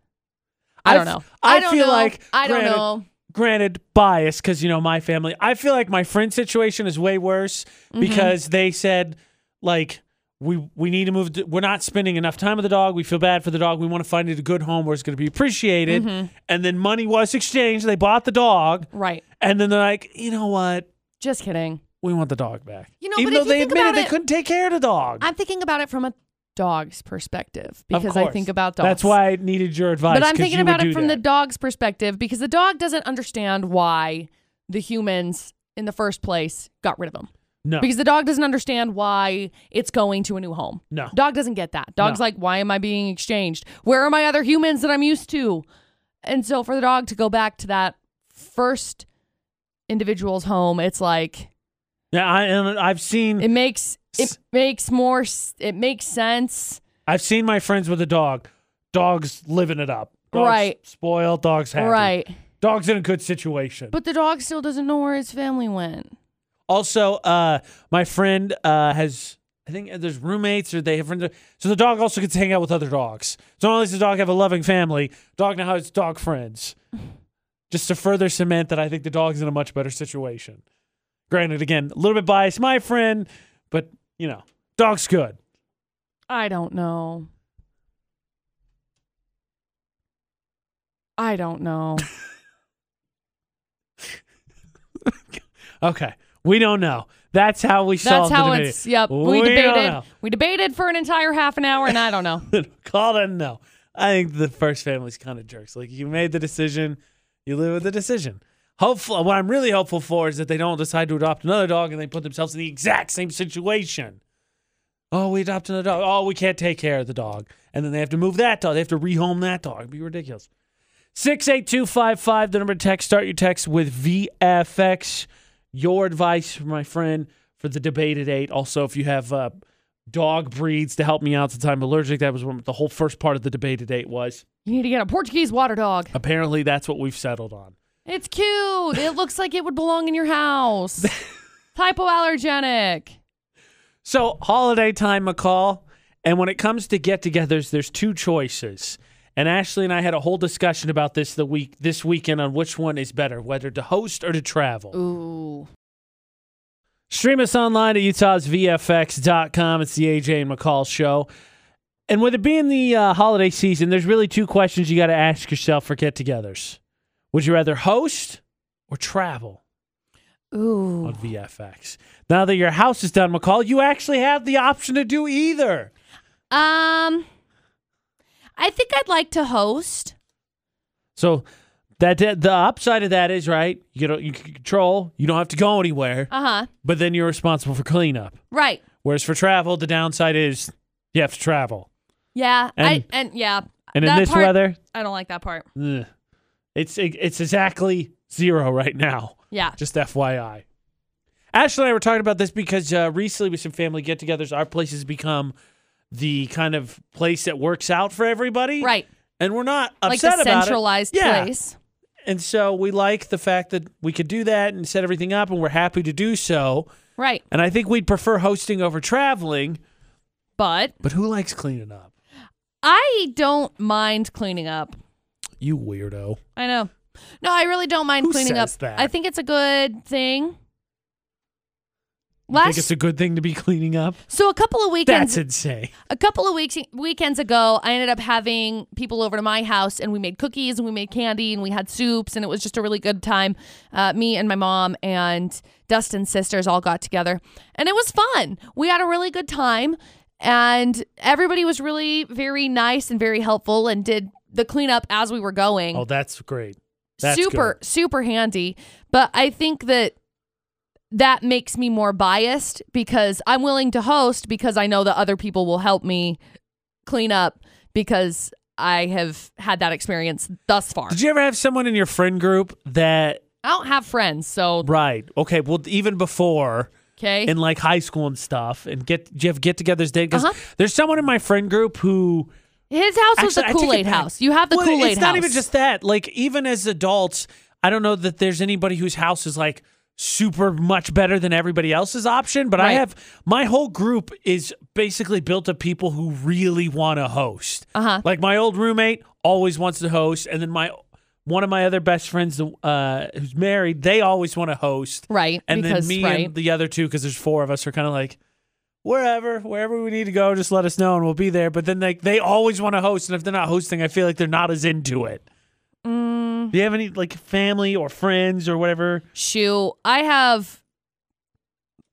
S2: I don't
S1: I f-
S2: know.
S1: I
S2: I don't
S1: feel
S2: know.
S1: like
S2: I don't
S1: granted-
S2: know.
S1: Granted, bias because you know my family. I feel like my friend's situation is way worse
S2: Mm-hmm.
S1: because they said like we we need to move. th- we're not spending enough time with the dog. We feel bad for the dog. We want to find it a good home where it's going to be appreciated.
S2: Mm-hmm.
S1: And then money was exchanged. They bought the dog,
S2: Right.
S1: and then they're like, you know what?
S2: Just kidding.
S1: We want the dog back.
S2: You know,
S1: even
S2: but
S1: though
S2: if you
S1: they
S2: think
S1: admitted
S2: about
S1: they
S2: it-
S1: couldn't take care of the dog.
S2: I'm thinking about it from a dog's perspective
S1: Of
S2: because I
S1: course.
S2: think about dogs.
S1: That's why I needed your advice.
S2: But I'm
S1: 'cause
S2: thinking
S1: you would
S2: about
S1: do
S2: it from
S1: that.
S2: the dog's perspective because the dog doesn't understand why the humans in the first place got rid of him.
S1: No.
S2: Because the dog doesn't understand why it's going to a new home.
S1: No.
S2: Dog doesn't get that. Dog's
S1: No.
S2: like, why am I being exchanged? Where are my other humans that I'm used to? And so for the dog to go back to that first individual's home, it's like
S1: Yeah, I, and I've seen
S2: it makes it
S1: Hmm. S-
S2: makes more s- it makes sense.
S1: I've seen my friends with a dog. Dogs living it up. Dogs
S2: Right.
S1: Spoiled. Dogs happy.
S2: Right.
S1: Dogs in a good situation.
S2: But the dog still doesn't know where his family went.
S1: also, uh, my friend uh, has. I think there's roommates or they have friends. So the dog also gets to hang out with other dogs. So not only does the dog have a loving family, dog now has dog friends. Just to further cement that I think the dog's in a much better situation. Granted, again, a little bit biased, my friend, but you know, dog's good.
S2: I don't know. I don't know.
S1: Okay. We don't know. That's how we
S2: That's
S1: solved
S2: how
S1: the debate.
S2: it's. Yep. We,
S1: We don't
S2: debated.
S1: know.
S2: We debated for an entire half an hour, and I don't know.
S1: Call it a no. I think the first family's kind of jerks. Like you made the decision, you live with the decision. Hopeful. What I'm really hopeful for is that they don't decide to adopt another dog and they put themselves in the exact same situation. Oh, we adopt another dog. Oh, we can't take care of the dog, and then they have to move that dog. They have to rehome that dog. It'd be ridiculous. Six eight two five five. The number to text. Start your text with VFX. Your advice, my friend, for the debate at eight. Also, if you have uh, dog breeds to help me out since I'm allergic. That was what the whole first part of the debate to date was.
S2: You need to get a Portuguese water dog.
S1: Apparently, that's what we've settled on.
S2: It's cute. It looks like it would belong in your house. Hypoallergenic.
S1: So, holiday time, McCall. And when it comes to get togethers, there's two choices. And Ashley and I had a whole discussion about this the week this weekend on which one is better, whether to host or to travel.
S2: Ooh.
S1: Stream us online at utahsvfx.com. It's the AJ and McCall show. And with it being the uh, holiday season, there's really two questions you got to ask yourself for get togethers. Would you rather host or travel
S2: Ooh.
S1: on VFX? Now that your house is done, McCall, you actually have the option to do either.
S2: Um I think I'd like to host.
S1: So that that- the upside of that is, right, you, don't, you can control, you don't have to go anywhere,
S2: Uh-huh.
S1: but then you're responsible for cleanup.
S2: Right.
S1: Whereas for travel, the downside is you have to travel.
S2: Yeah. I
S1: And-
S2: and yeah.
S1: And
S2: that
S1: in this
S2: part,
S1: weather,
S2: I don't like that part.
S1: Ugh. It's it- it's exactly zero right now.
S2: Yeah.
S1: Just FYI. Ashley and I were talking about this because uh, recently with some family get-togethers, our place has become the kind of place that works out for everybody,
S2: Right.
S1: And we're not upset
S2: Like the
S1: about
S2: centralized
S1: it. Yeah.
S2: place.
S1: And so we like the fact that we could do that and set everything up, and we're happy to do so.
S2: Right.
S1: And I think we'd prefer hosting over traveling.
S2: But
S1: But who likes cleaning up?
S2: I don't mind cleaning up.
S1: You weirdo.
S2: I know. No, I really don't mind
S1: Who
S2: cleaning
S1: says
S2: up.
S1: that?
S2: I think it's a good thing.
S1: You think it's
S2: Last
S1: a good thing to be cleaning up?
S2: so a couple of weekends
S1: That's insane.
S2: a couple of weeks weekends ago, I ended up having people over to my house, and we made cookies and we made candy and we had soups, and it was just a really good time. Uh, me and my mom and Dustin's sisters all got together, and it was fun. We had a really good time, and everybody was really very nice and very helpful, and did the cleanup as we were going
S1: Oh, that's great. That's
S2: super super handy but i think that that makes me more biased because i'm willing to host because i know that other people will help me clean up because i have had that experience thus far
S1: Good. Did you ever have someone in your friend group that
S2: i don't have friends so
S1: right? Okay, well, even before
S2: okay
S1: in like high school and stuff, and get do you have get-togethers date because
S2: Uh-huh.
S1: there's someone in my friend group who
S2: his house was
S1: actually, I
S2: the
S1: take it
S2: kool-aid
S1: back.
S2: house you have the
S1: Well,
S2: kool-aid
S1: It's
S2: house
S1: not even just that. Like even as adults, I don't know that there's anybody whose house is like super much better than everybody else's option. But I
S2: Right.
S1: have my whole group is basically built of people who really want to host.
S2: uh-huh
S1: Like my old roommate always wants to host, and then my one of my other best friends uh, who's married, they always want to host,
S2: right
S1: and
S2: because
S1: then me
S2: right
S1: and the other two, because there's four of us, are kind of like wherever wherever we need to go, just let us know and we'll be there. But then like they always want to host, and if they're not hosting, I feel like they're not as into it.
S2: Mm.
S1: Do you have any like family or friends or whatever?
S2: Shoo. I have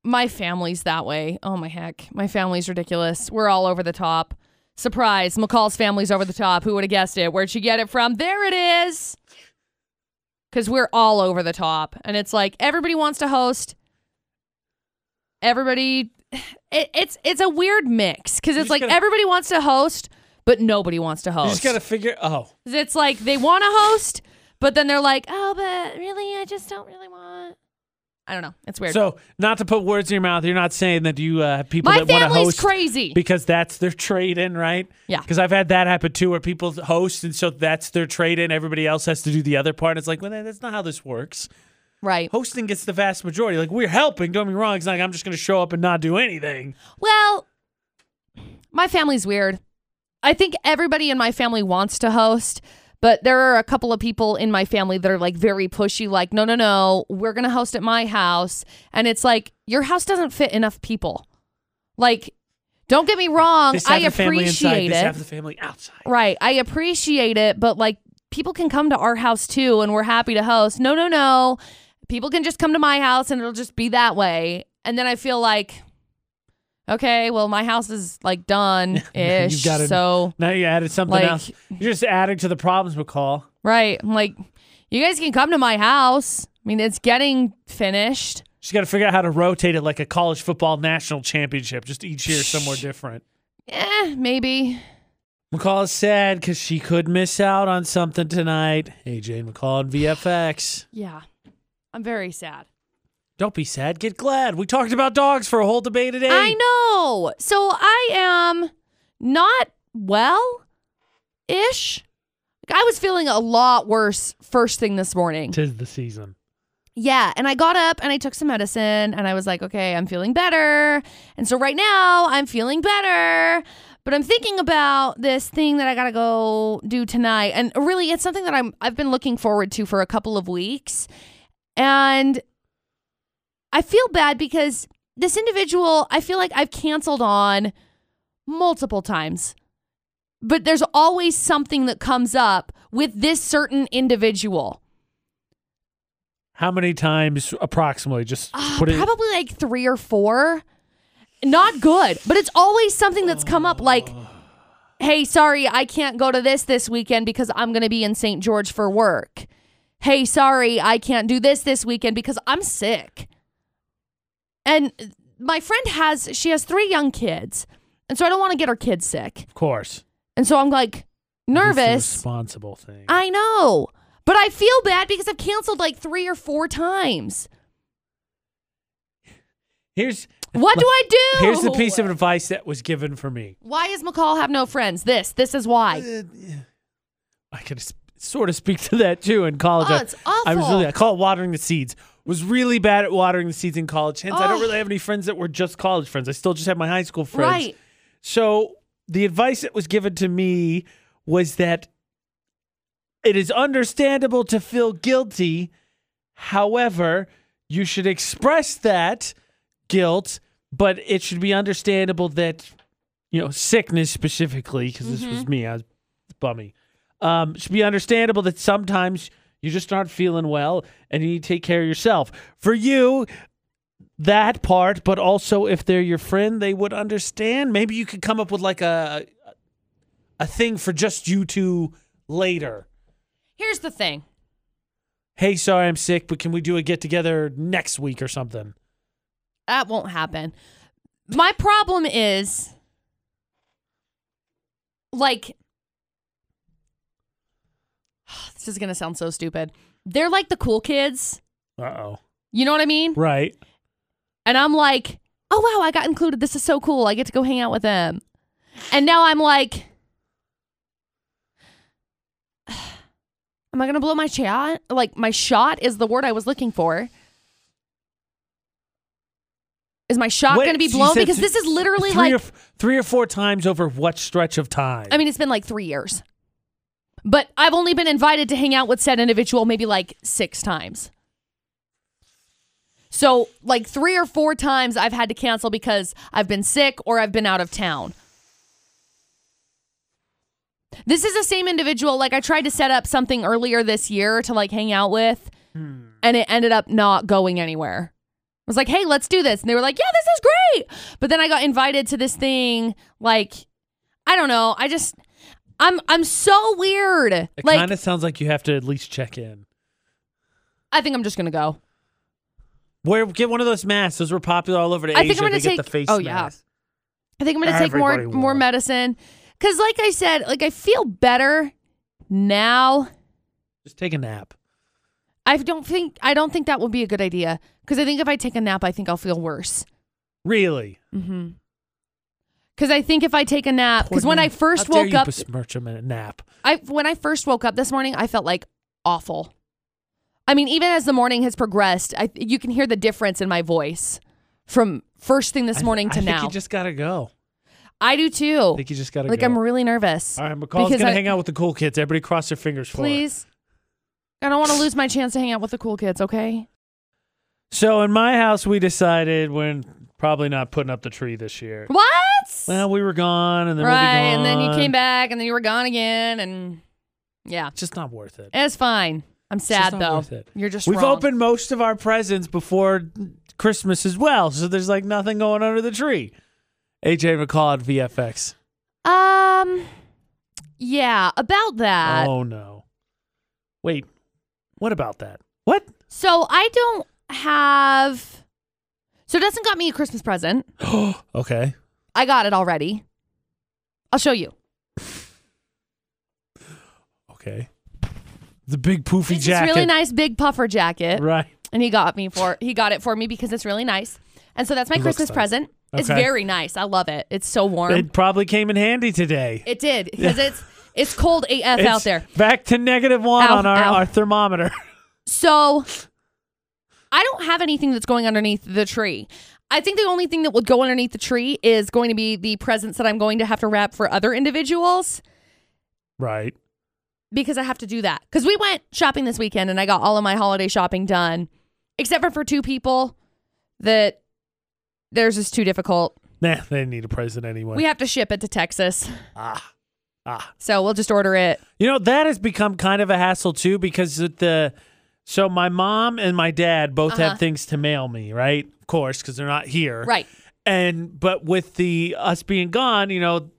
S2: my family's that way. Oh my heck. My family's ridiculous. We're all over the top. Surprise. McCall's family's over the top. Who would have guessed it? Where'd she get it from? There it is. Cause we're all over the top. And it's like everybody wants to host. Everybody it, it's it's a weird mix. Cause it's
S1: just
S2: like
S1: gotta-
S2: everybody wants to host, but nobody wants to
S1: You
S2: host.
S1: just gotta figure. Oh,
S2: It's like they want to host, but then they're like, oh, but really, I just don't really want. I don't know. It's weird.
S1: so not to put words in your mouth, you're not saying that you uh, have people
S2: My
S1: that want to
S2: family's
S1: host.
S2: crazy.
S1: because that's their trade in, right?
S2: Yeah.
S1: Because I've had that happen too, where people host, and so that's their trade in. Everybody else has to do the other part. It's like, well, that- that's not how this works.
S2: right.
S1: Hosting gets the vast majority. Like we're helping. Don't get me wrong. It's not like I'm just going to show up and not do anything.
S2: Well, my family's weird. I think everybody in my family wants to host, but there are a couple of people in my family that are like very pushy, like, no, no, no, we're going to host at my house. And it's like, your house doesn't fit enough people. Like, don't get me wrong.
S1: This
S2: Um, I
S1: half the family inside.
S2: appreciate
S1: This
S2: it.
S1: half the family outside.
S2: Right. I appreciate it, but like people can come to our house too and we're happy to host. No, no, no. People can just come to my house and it'll just be that way. And then I feel like okay, well my house is like done ish.
S1: gotta-
S2: so
S1: Now you added something
S2: Like-
S1: else. You're just adding to the problems, McCall.
S2: right. I'm like you guys can come to my house. I mean, it's getting finished.
S1: She's got to figure out how to rotate it like a college football national championship, just each year somewhere different.
S2: Eh, maybe.
S1: McCall is sad because she could miss out on something tonight. AJ and McCall and VFX.
S2: Yeah. I'm very sad.
S1: Don't be sad. Get glad. We talked about dogs for a whole debate today.
S2: I know. So I am not well ish. I was feeling a lot worse first thing this morning.
S1: Tis the season.
S2: Yeah. And I got up and I took some medicine and I was like, okay, I'm feeling better. And so right now I'm feeling better. But I'm thinking about this thing that I gotta go do tonight. And really it's something that I'm I've been looking forward to for a couple of weeks. And I feel bad because this individual I feel like I've canceled on multiple times. But there's always something that comes up with this certain individual.
S1: How many times approximately? Just
S2: Uh,
S1: put it.
S2: probably like three or four. Not good, but it's always something that's come up like, hey, sorry, I can't go to this this weekend because I'm going to be in St. George for work. Hey, sorry, I can't do this this weekend because I'm sick. And my friend has, she has three young kids. And so I don't want to get her kids sick.
S1: of course.
S2: And so I'm like
S1: It's the
S2: nervous.
S1: responsible thing.
S2: I know, but I feel bad because I've canceled like three or four times.
S1: Here's
S2: What do I do?
S1: here's the piece of advice that was given for me.
S2: Why does McCall have no friends? This. This is why.
S1: Uh, yeah. I could sp- sort of speak to that too in college.
S2: Oh,
S1: I-
S2: it's
S1: I was
S2: awful.
S1: really I call it watering the seeds. Was really bad at watering the seeds in college. Hence, I don't
S2: Ugh.
S1: really have any friends that were just college friends. I still just have my high school friends.
S2: Right.
S1: So the advice that was given to me was that it is understandable to feel guilty. However, you should express that guilt, but it should be understandable that you know sickness specifically, because this was me. I was bummy. Um, it should be understandable that sometimes you just aren't feeling well and you need to take care of yourself. For you, that part, but also if they're your friend, they would understand. Maybe you could come up with like a a thing for just you two later.
S2: Here's the thing.
S1: Hey, sorry I'm sick, but can we do a get together next week or something?
S2: That won't happen. My problem is like this is going to sound so stupid. They're like the cool kids.
S1: Uh oh.
S2: You know what I mean?
S1: Right.
S2: And I'm like, "Oh wow, I got included. This is so cool. I get to go hang out with them." And now I'm like Am I going to blow my shot? Like my shot is the word I was looking for. Is my shot
S1: Wait,
S2: going to be
S1: so you
S2: blown
S1: said
S2: because
S1: th-
S2: this is literally
S1: three
S2: like
S1: or, f- three or four times over what stretch of time?
S2: I mean, it's been like three years. But I've only been invited to hang out with said individual maybe like six times. So, like three or four times I've had to cancel because I've been sick or I've been out of town. This is the same individual. Like, I tried to set up something earlier this year to like hang out with, and it ended up not going anywhere. I was like, hey, let's do this. And they were like, yeah, this is great. But then I got invited to this thing like I don't know. I just I'm I'm so weird.
S1: it
S2: like
S1: kind of sounds like you have to at least check in.
S2: I think I'm just gonna go.
S1: Where get one of those masks? Those were popular all over the
S2: I
S1: Asia.
S2: think I'm gonna
S1: They get
S2: take-
S1: the face
S2: oh, yeah.
S1: mask.
S2: I think I'm gonna take more
S1: Everybody
S2: more
S1: will.
S2: medicine. Cause like I said, like I feel better now.
S1: Just take a nap.
S2: I don't think I don't think that would be a good idea. Cause I think if I take a nap, I think I'll feel worse.
S1: Really?
S2: Mm-hmm. Cause I think if I take a nap, because Uh, when I first
S1: How dare
S2: woke
S1: you
S2: up,
S1: besmirch him in a nap.
S2: I when I first woke up this morning, I felt like awful. I mean, even as the morning has progressed, I, you can hear the difference in my voice from first thing this
S1: I-
S2: morning to
S1: I
S2: now.
S1: Think you just gotta go.
S2: I do too.
S1: I think you just gotta
S2: Like
S1: go.
S2: I'm really nervous.
S1: All right, McCall's
S2: because
S1: gonna
S2: I-
S1: hang out with the cool kids. Everybody cross their fingers for. her.
S2: Please. I don't want to lose my chance to hang out with the cool kids, okay?
S1: So in my house, we decided we're probably not putting up the tree this year.
S2: What?
S1: Well, we were gone, and then
S2: right,
S1: we'll
S2: and
S1: be
S2: then you
S1: gone.
S2: came back and then you were gone again and yeah.
S1: It's just not worth it.
S2: It's fine. I'm
S1: just
S2: sad
S1: not
S2: though.
S1: worth it.
S2: You're just
S1: We've
S2: wrong.
S1: opened most of our presents before Christmas as well, so there's like nothing going under the tree. AJ McCall at VFX.
S2: Um yeah, about that.
S1: oh no! Wait, what about that? What?
S2: So I don't have. So Dustin got me a Christmas present.
S1: okay.
S2: I got it already. I'll show you.
S1: Okay. The big poofy
S2: It's this
S1: jacket.
S2: really nice big puffer jacket.
S1: Right.
S2: and he got me for he got it for me because it's really nice. And so that's my
S1: looks
S2: Christmas
S1: nice.
S2: present. It's
S1: Okay.
S2: very nice. I love it. It's so warm. It,
S1: It probably came in handy today.
S2: did because it's it's cold AF out
S1: It's
S2: there.
S1: Back to negative one
S2: Ow,
S1: on our,
S2: ow.
S1: our thermometer.
S2: So I don't have anything that's going underneath the tree. I think the only thing that would go underneath the tree is going to be the presents that I'm going to have to wrap for other individuals
S1: right.
S2: because I have to do that. Because we went shopping this weekend and I got all of my holiday shopping done, except for for two people that theirs is too difficult.
S1: Nah, they didn't need a present anyway.
S2: We have to ship it to Texas.
S1: ah. Ah.
S2: So we'll just order it.
S1: You know, that has become kind of a hassle too because of the so my mom and my dad both
S2: Uh-huh.
S1: have things to mail me, right? Of course, because they're not here.
S2: Right.
S1: And but with the us being gone, you know,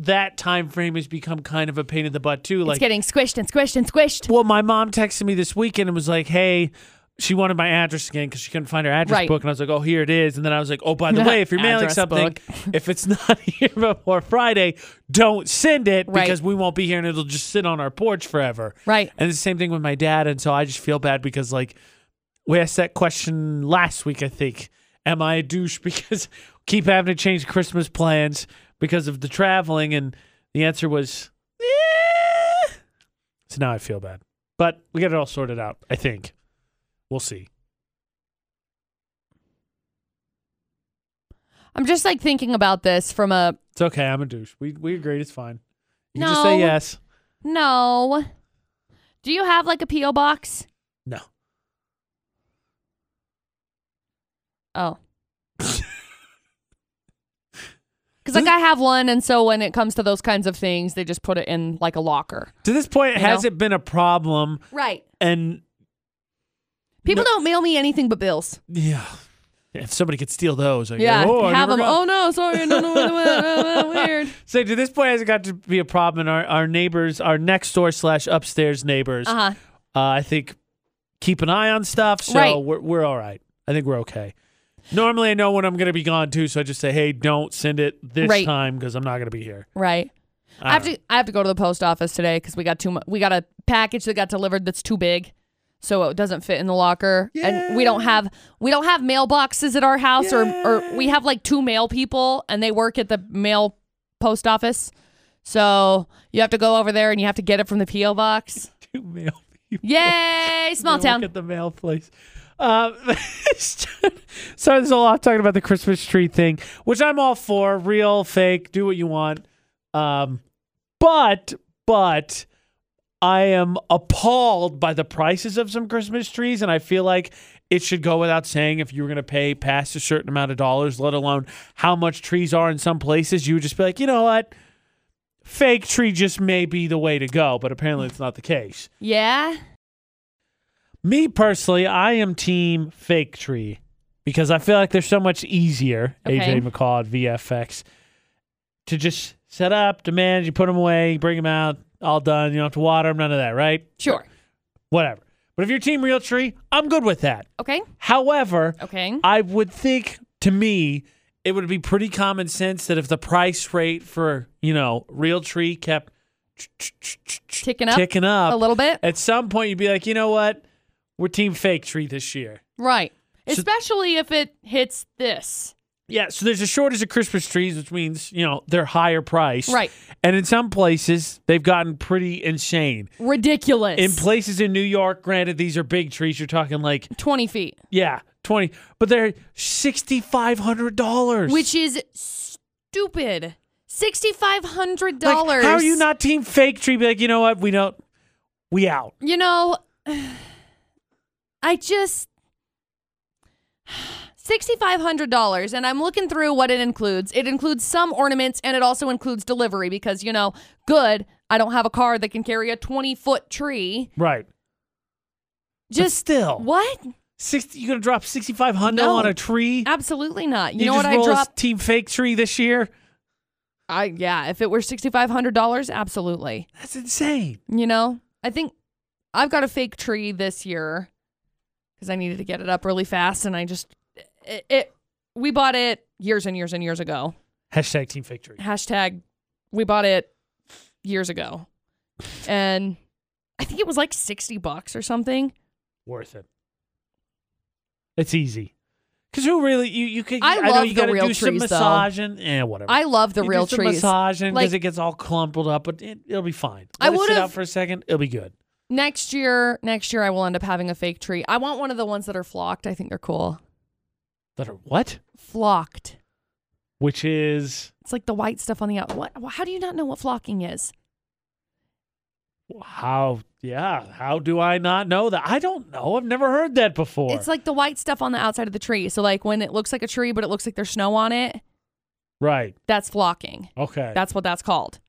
S1: that time frame has become kind of a pain in the butt too.
S2: it's
S1: Like
S2: getting squished and squished and squished.
S1: Well, my mom texted me this weekend and was like, "Hey, she wanted my address again because she couldn't find her address
S2: Right.
S1: book." And I was like, "Oh, here it is." And then I was like, "Oh, by the way, if you're mailing
S2: Address
S1: something,
S2: book.
S1: if it's not here before Friday, don't send it
S2: Right.
S1: because we won't be here and it'll just sit on our porch forever."
S2: Right.
S1: And it's the same thing with my dad, and so I just feel bad because like we asked that question last week, I think. Am I a douche because keep having to change Christmas plans because of the traveling? And the answer was, "Eh." so now I feel bad. But we got it all sorted out, I think. We'll see.
S2: I'm just like thinking about this from a
S1: It's okay. I'm a douche. We we agreed. It's fine. You can just
S2: No.
S1: say yes.
S2: no. Do you have like a P.O. box?
S1: No.
S2: Oh. Because like I have one, and so when it comes to those kinds of things, they just put it in like a locker.
S1: To this point,
S2: You know?
S1: has it been a problem?
S2: Right.
S1: And
S2: People
S1: No.
S2: don't mail me anything but bills.
S1: yeah, if somebody could steal those, I
S2: Yeah,
S1: go, oh, I
S2: have
S1: never
S2: them.
S1: got-
S2: Oh no, sorry, no, no, no, no, no, weird.
S1: So to this point, has it got to be a problem? And our, our neighbors, our next door slash upstairs neighbors,
S2: Uh huh.
S1: uh, I think keep an eye on stuff. So
S2: Right.
S1: we're, we're all right. I think we're okay. Normally, I know when I'm going to be gone too. So I just say, hey, don't send it this
S2: Right.
S1: time because I'm not going to be here.
S2: Right. I,
S1: I
S2: have
S1: don't
S2: to. I have to go to the post office today because we got too much. We got a package that got delivered that's too big, so it doesn't fit in the locker. And we don't have we don't have mailboxes at our house, or or we have like two mail people, and they work at the mail post office. So you have to go over there and you have to get it from the PO box.
S1: know. Two mail people.
S2: Yay, small
S1: Look
S2: town.
S1: at the mail place. Um, started this whole off talking about the Christmas tree thing, which I'm all for. Real, fake, do what you want. Um, but, but I am appalled by the prices of some Christmas trees, and I feel like it should go without saying if you were going to pay past a certain amount of dollars, let alone how much trees are in some places, you would just be like, you know what? Fake tree just may be the way to go, but apparently it's not the case.
S2: Yeah.
S1: Me personally, I am team fake tree because I feel like they're so much easier,
S2: Okay.
S1: AJ McCall at VFX, to just set up, demand, you put them away, you bring them out, all done. You don't have to water them, none of that, right?
S2: Sure.
S1: Whatever. But if you're team real tree, I'm good with that.
S2: Okay.
S1: However,
S2: Okay.
S1: I would think to me, it would be pretty common sense that if the price rate for, you know, real tree kept
S2: Ticking up
S1: ticking up,
S2: a little bit.
S1: at some point you'd be like, you know what? We're team fake tree this year.
S2: Right.
S1: So-
S2: Especially if it hits this.
S1: Yeah, so there's a shortage of Christmas trees, which means, you know, they're higher priced.
S2: Right.
S1: And in some places, they've gotten pretty insane.
S2: Ridiculous.
S1: In places in New York, granted, these are big trees. You're talking like,
S2: 20 feet,
S1: yeah, 20, but they're $6,500.
S2: which is stupid. $6,500.
S1: like, How are you not team fake tree? Be like, you know what? We don't, we out.
S2: You know, I just. $6,500, and I'm looking through what it includes. It includes some ornaments and it also includes delivery because, you know, good, I don't have a car that can carry a 20 foot tree.
S1: Right.
S2: Just
S1: still.
S2: What?
S1: 60, you're going to drop 6500
S2: No.
S1: on a tree?
S2: Absolutely not. You, know
S1: just
S2: what I
S1: roll
S2: dropped?
S1: a team fake tree this year?
S2: I yeah, if it were sixty five hundred dollars, absolutely.
S1: That's insane.
S2: You know, I think I've got a fake tree this year because I needed to get it up really fast, and I just it, it we bought it years and years and years ago.
S1: Hashtag team fake tree.
S2: Hashtag we bought it years ago, and I think it was like sixty bucks or something.
S1: Worth it. It's easy. Because who really you you could
S2: I
S1: I, know
S2: love
S1: you
S2: the
S1: gotta
S2: real
S1: do some
S2: trees, though.
S1: massage and eh, whatever.
S2: I love the
S1: You do
S2: real
S1: some
S2: trees.
S1: massaging because
S2: Like-
S1: it gets all crumpled up, but it, it'll be fine.
S2: I
S1: Let it sit
S2: would've-
S1: out for a second. It'll be good.
S2: Next year, next year I will end up having a fake tree. I want one of the ones that are flocked. I think they're cool.
S1: That are what?
S2: Flocked.
S1: Which is
S2: It's like the white stuff on the out. What? How do you not know what flocking is?
S1: how? Yeah. How do I not know that? I don't know. I've never heard that before.
S2: It's like the white stuff on the outside of the tree. So like when it looks like a tree, but it looks like there's snow on it.
S1: right.
S2: That's flocking.
S1: Okay.
S2: That's what that's called.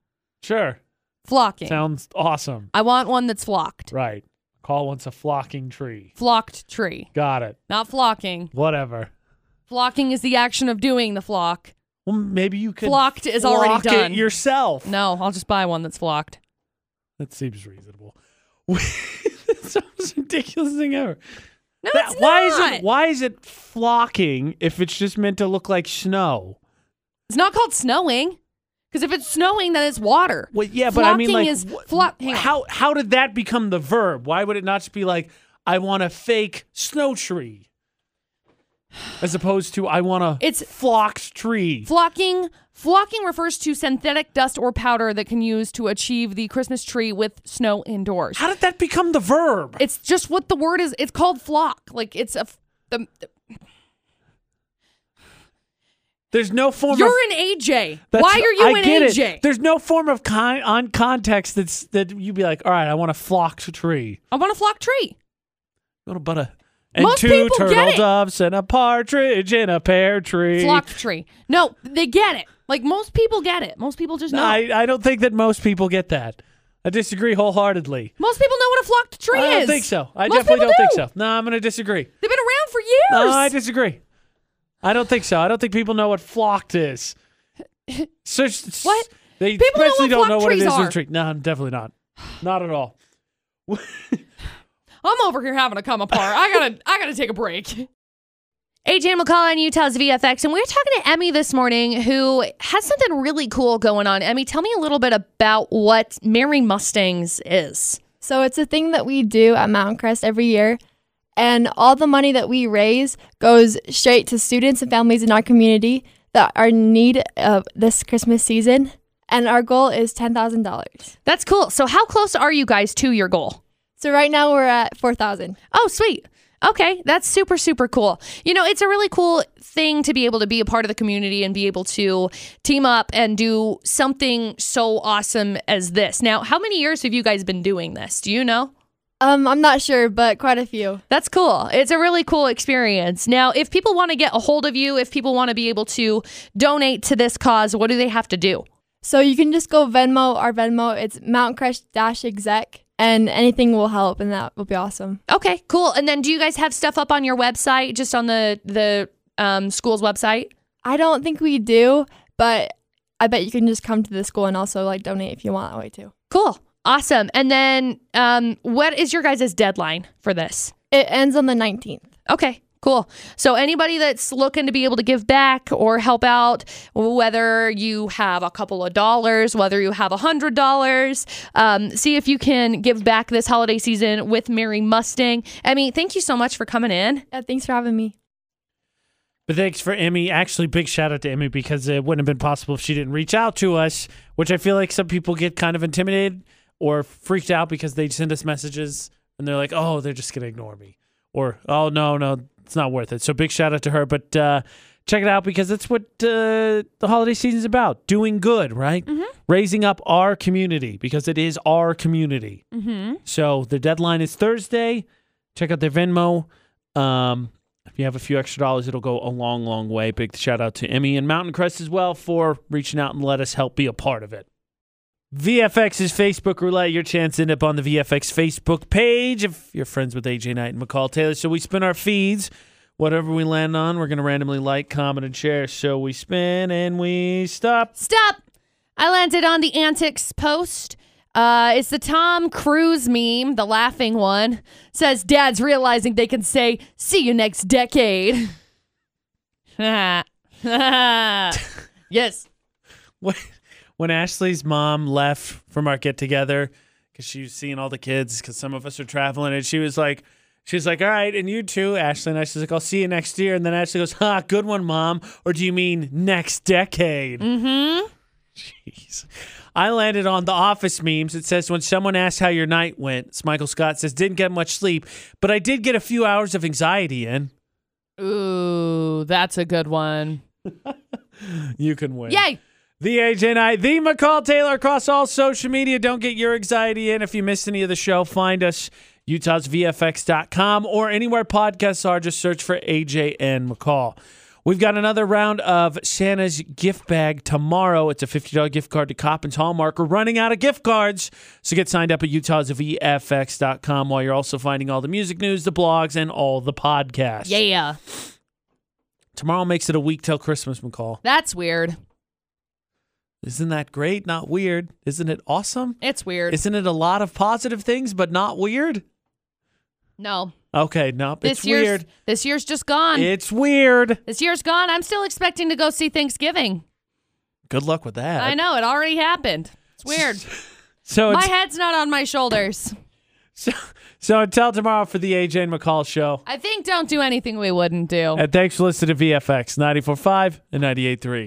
S1: sure.
S2: Flocking.
S1: Sounds awesome.
S2: I want one that's flocked.
S1: Right. Call once a flocking tree.
S2: Flocked tree,
S1: Got it.
S2: not flocking.
S1: Whatever.
S2: Flocking is the action of doing the flock.
S1: Well, maybe you could
S2: Flocked is already
S1: flock it
S2: done.
S1: yourself.
S2: No, I'll just buy one that's flocked.
S1: That seems reasonable. That's the most ridiculous thing ever.
S2: No,
S1: That-
S2: it's
S1: why
S2: not.
S1: is it why is it flocking if it's just meant to look like snow?
S2: It's not called snowing. Because if it's snowing, then it's water.
S1: Well, yeah, but I mean,
S2: Flocking
S1: like,
S2: is
S1: wh-
S2: flock- hang on.
S1: how how did that become the verb? Why would it not just be like, I want a fake snow tree, as opposed to I want a
S2: It's-
S1: flocks tree?
S2: Flocking flocking refers to synthetic dust or powder that can use to achieve the Christmas tree with snow indoors.
S1: how did that become the verb?
S2: It's just what the word is. It's called flock. Like it's a f- the,
S1: There's no form of
S2: You're an AJ.
S1: That's-
S2: Why are you
S1: I
S2: an
S1: get it.
S2: AJ?
S1: There's no form of con- on context that's that you'd be like, all right, I want a flocked tree.
S2: I want a flock tree.
S1: I want a butter and
S2: Most
S1: two
S2: people get
S1: turtle
S2: it.
S1: doves and a partridge in a pear tree.
S2: Flock tree. No, they get it. Like most people get it. Most people just know.
S1: I, I don't think that most people get that. I disagree wholeheartedly.
S2: most people know what a flocked tree
S1: I don't
S2: is.
S1: think so. I
S2: Most
S1: definitely
S2: people
S1: don't think
S2: do.
S1: so. No, I'm going to disagree.
S2: They've been around for years.
S1: No, I disagree. I don't think so. I don't think people know what flocked is. So,
S2: What?
S1: They
S2: People know
S1: especially don't
S2: what flock
S1: know what it
S2: trees
S1: is. in a
S2: are.
S1: tree. No, I'm definitely not. Not at all.
S2: I'm over here having a come apart. I gotta I gotta take a break. AJ McCall on Utah's VFX, and we were talking to Emmy this morning, who has something really cool going on. Emmy, tell me a little bit about what Mary Mustangs is.
S4: So it's a thing that we do at Mountain Crest every year. And all the money that we raise goes straight to students and families in our community that are in need of this Christmas season. And our goal is $10,000.
S2: That's cool. So, how close are you guys to your goal?
S4: So right now we're at 4,000.
S2: Oh, sweet. Okay, that's super, super cool. You know, it's a really cool thing to be able to be a part of the community and be able to team up and do something so awesome as this. Now, how many years have you guys been doing this? Do you know?
S4: Um, I'm not sure, but quite a few.
S2: That's cool. It's a really cool experience. Now, if people want to get a hold of you, if people want to be able to donate to this cause, what do they have to do?
S4: So you can just go Venmo our Venmo. It's Mountain Crest dash exec, and anything will help, and that will be awesome.
S2: Okay, cool. And then do you guys have stuff up on your website, just on the the um, school's website?
S4: I don't think we do, but I bet you can just come to the school and also like donate if you want that way too.
S2: Cool. Awesome. And then um, what is your guys' deadline for this?
S4: It ends on the 19th.
S2: Okay, cool. So anybody that's looking to be able to give back or help out, whether you have a couple of dollars, whether you have a hundred dollars, um, see if you can give back this holiday season with Mary Mustang. Emmy, thank you so much for coming in.
S4: Yeah, Uh, thanks for having me.
S1: But thanks for Emmy. Actually, big shout out to Emmy because it wouldn't have been possible if she didn't reach out to us, which I feel like some people get kind of intimidated or freaked out because they send us messages and they're like, oh, they're just going to ignore me. Or, oh, no, no, it's not worth it. So big shout out to her. But uh, check it out because that's what uh, the holiday season's about doing good, right? Raising up our community because it is our community.
S2: Mm-hmm.
S1: So the deadline is Thursday. Check out their Venmo. Um, if you have a few extra dollars, it'll go a long, long way. Big shout out to Emmy and Mountain Crest as well for reaching out and let us help be a part of it. VFX is Facebook roulette. Your chance to end up on the VFX Facebook page if you're friends with AJ Knight and McCall Taylor. So we spin our feeds. Whatever we land on, we're going to randomly like, comment, and share. So we spin and we stop.
S2: Stop! I landed on the antics post. Uh, it's the Tom Cruise meme, the laughing one. Says dad's realizing they can say, see you next decade. yes.
S1: when, when Ashley's mom left from our get together because she was seeing all the kids because some of us are traveling, and she was like, She's like, all right, and you too, Ashley. And I she's like, I'll see you next year. And then Ashley goes, ha, good one, mom. Or do you mean next decade?
S5: Mm-hmm.
S1: Jeez. I landed on the office memes. It says, when someone asks how your night went, it's Michael Scott says, didn't get much sleep, but I did get a few hours of anxiety in.
S2: Ooh, that's a good one.
S1: You can win.
S5: Yay.
S1: The agent I, the McCall Taylor across all social media. Don't get your anxiety in. If you missed any of the show, find us utahsvfx.com or anywhere podcasts are. Just search for AJ and McCall. We've got another round of Santa's gift bag tomorrow. It's a $50 gift card to Coppins Hallmark. We're running out of gift cards, so get signed up at utahsvfx.com while you're also finding all the music news, the blogs, and all the podcasts.
S2: Yeah.
S1: Tomorrow makes it a week till Christmas, McCall.
S2: That's weird.
S1: Isn't that great? Not weird. Isn't it awesome?
S2: It's weird.
S1: Isn't it a lot of positive things, but not weird?
S2: no.
S1: Okay, nope.
S2: This
S1: it's
S2: year's
S1: weird.
S2: this year's just gone.
S1: It's weird.
S2: this year's gone. I'm still expecting to go see Thanksgiving.
S1: Good luck with that.
S2: I know, it already happened. It's weird.
S1: So,
S2: My
S1: it's,
S2: head's not on my shoulders.
S1: so, so until tomorrow for the AJ and McCall show.
S2: I think don't do anything we wouldn't do.
S1: And thanks for listening to VFX 94.5 and 98.3.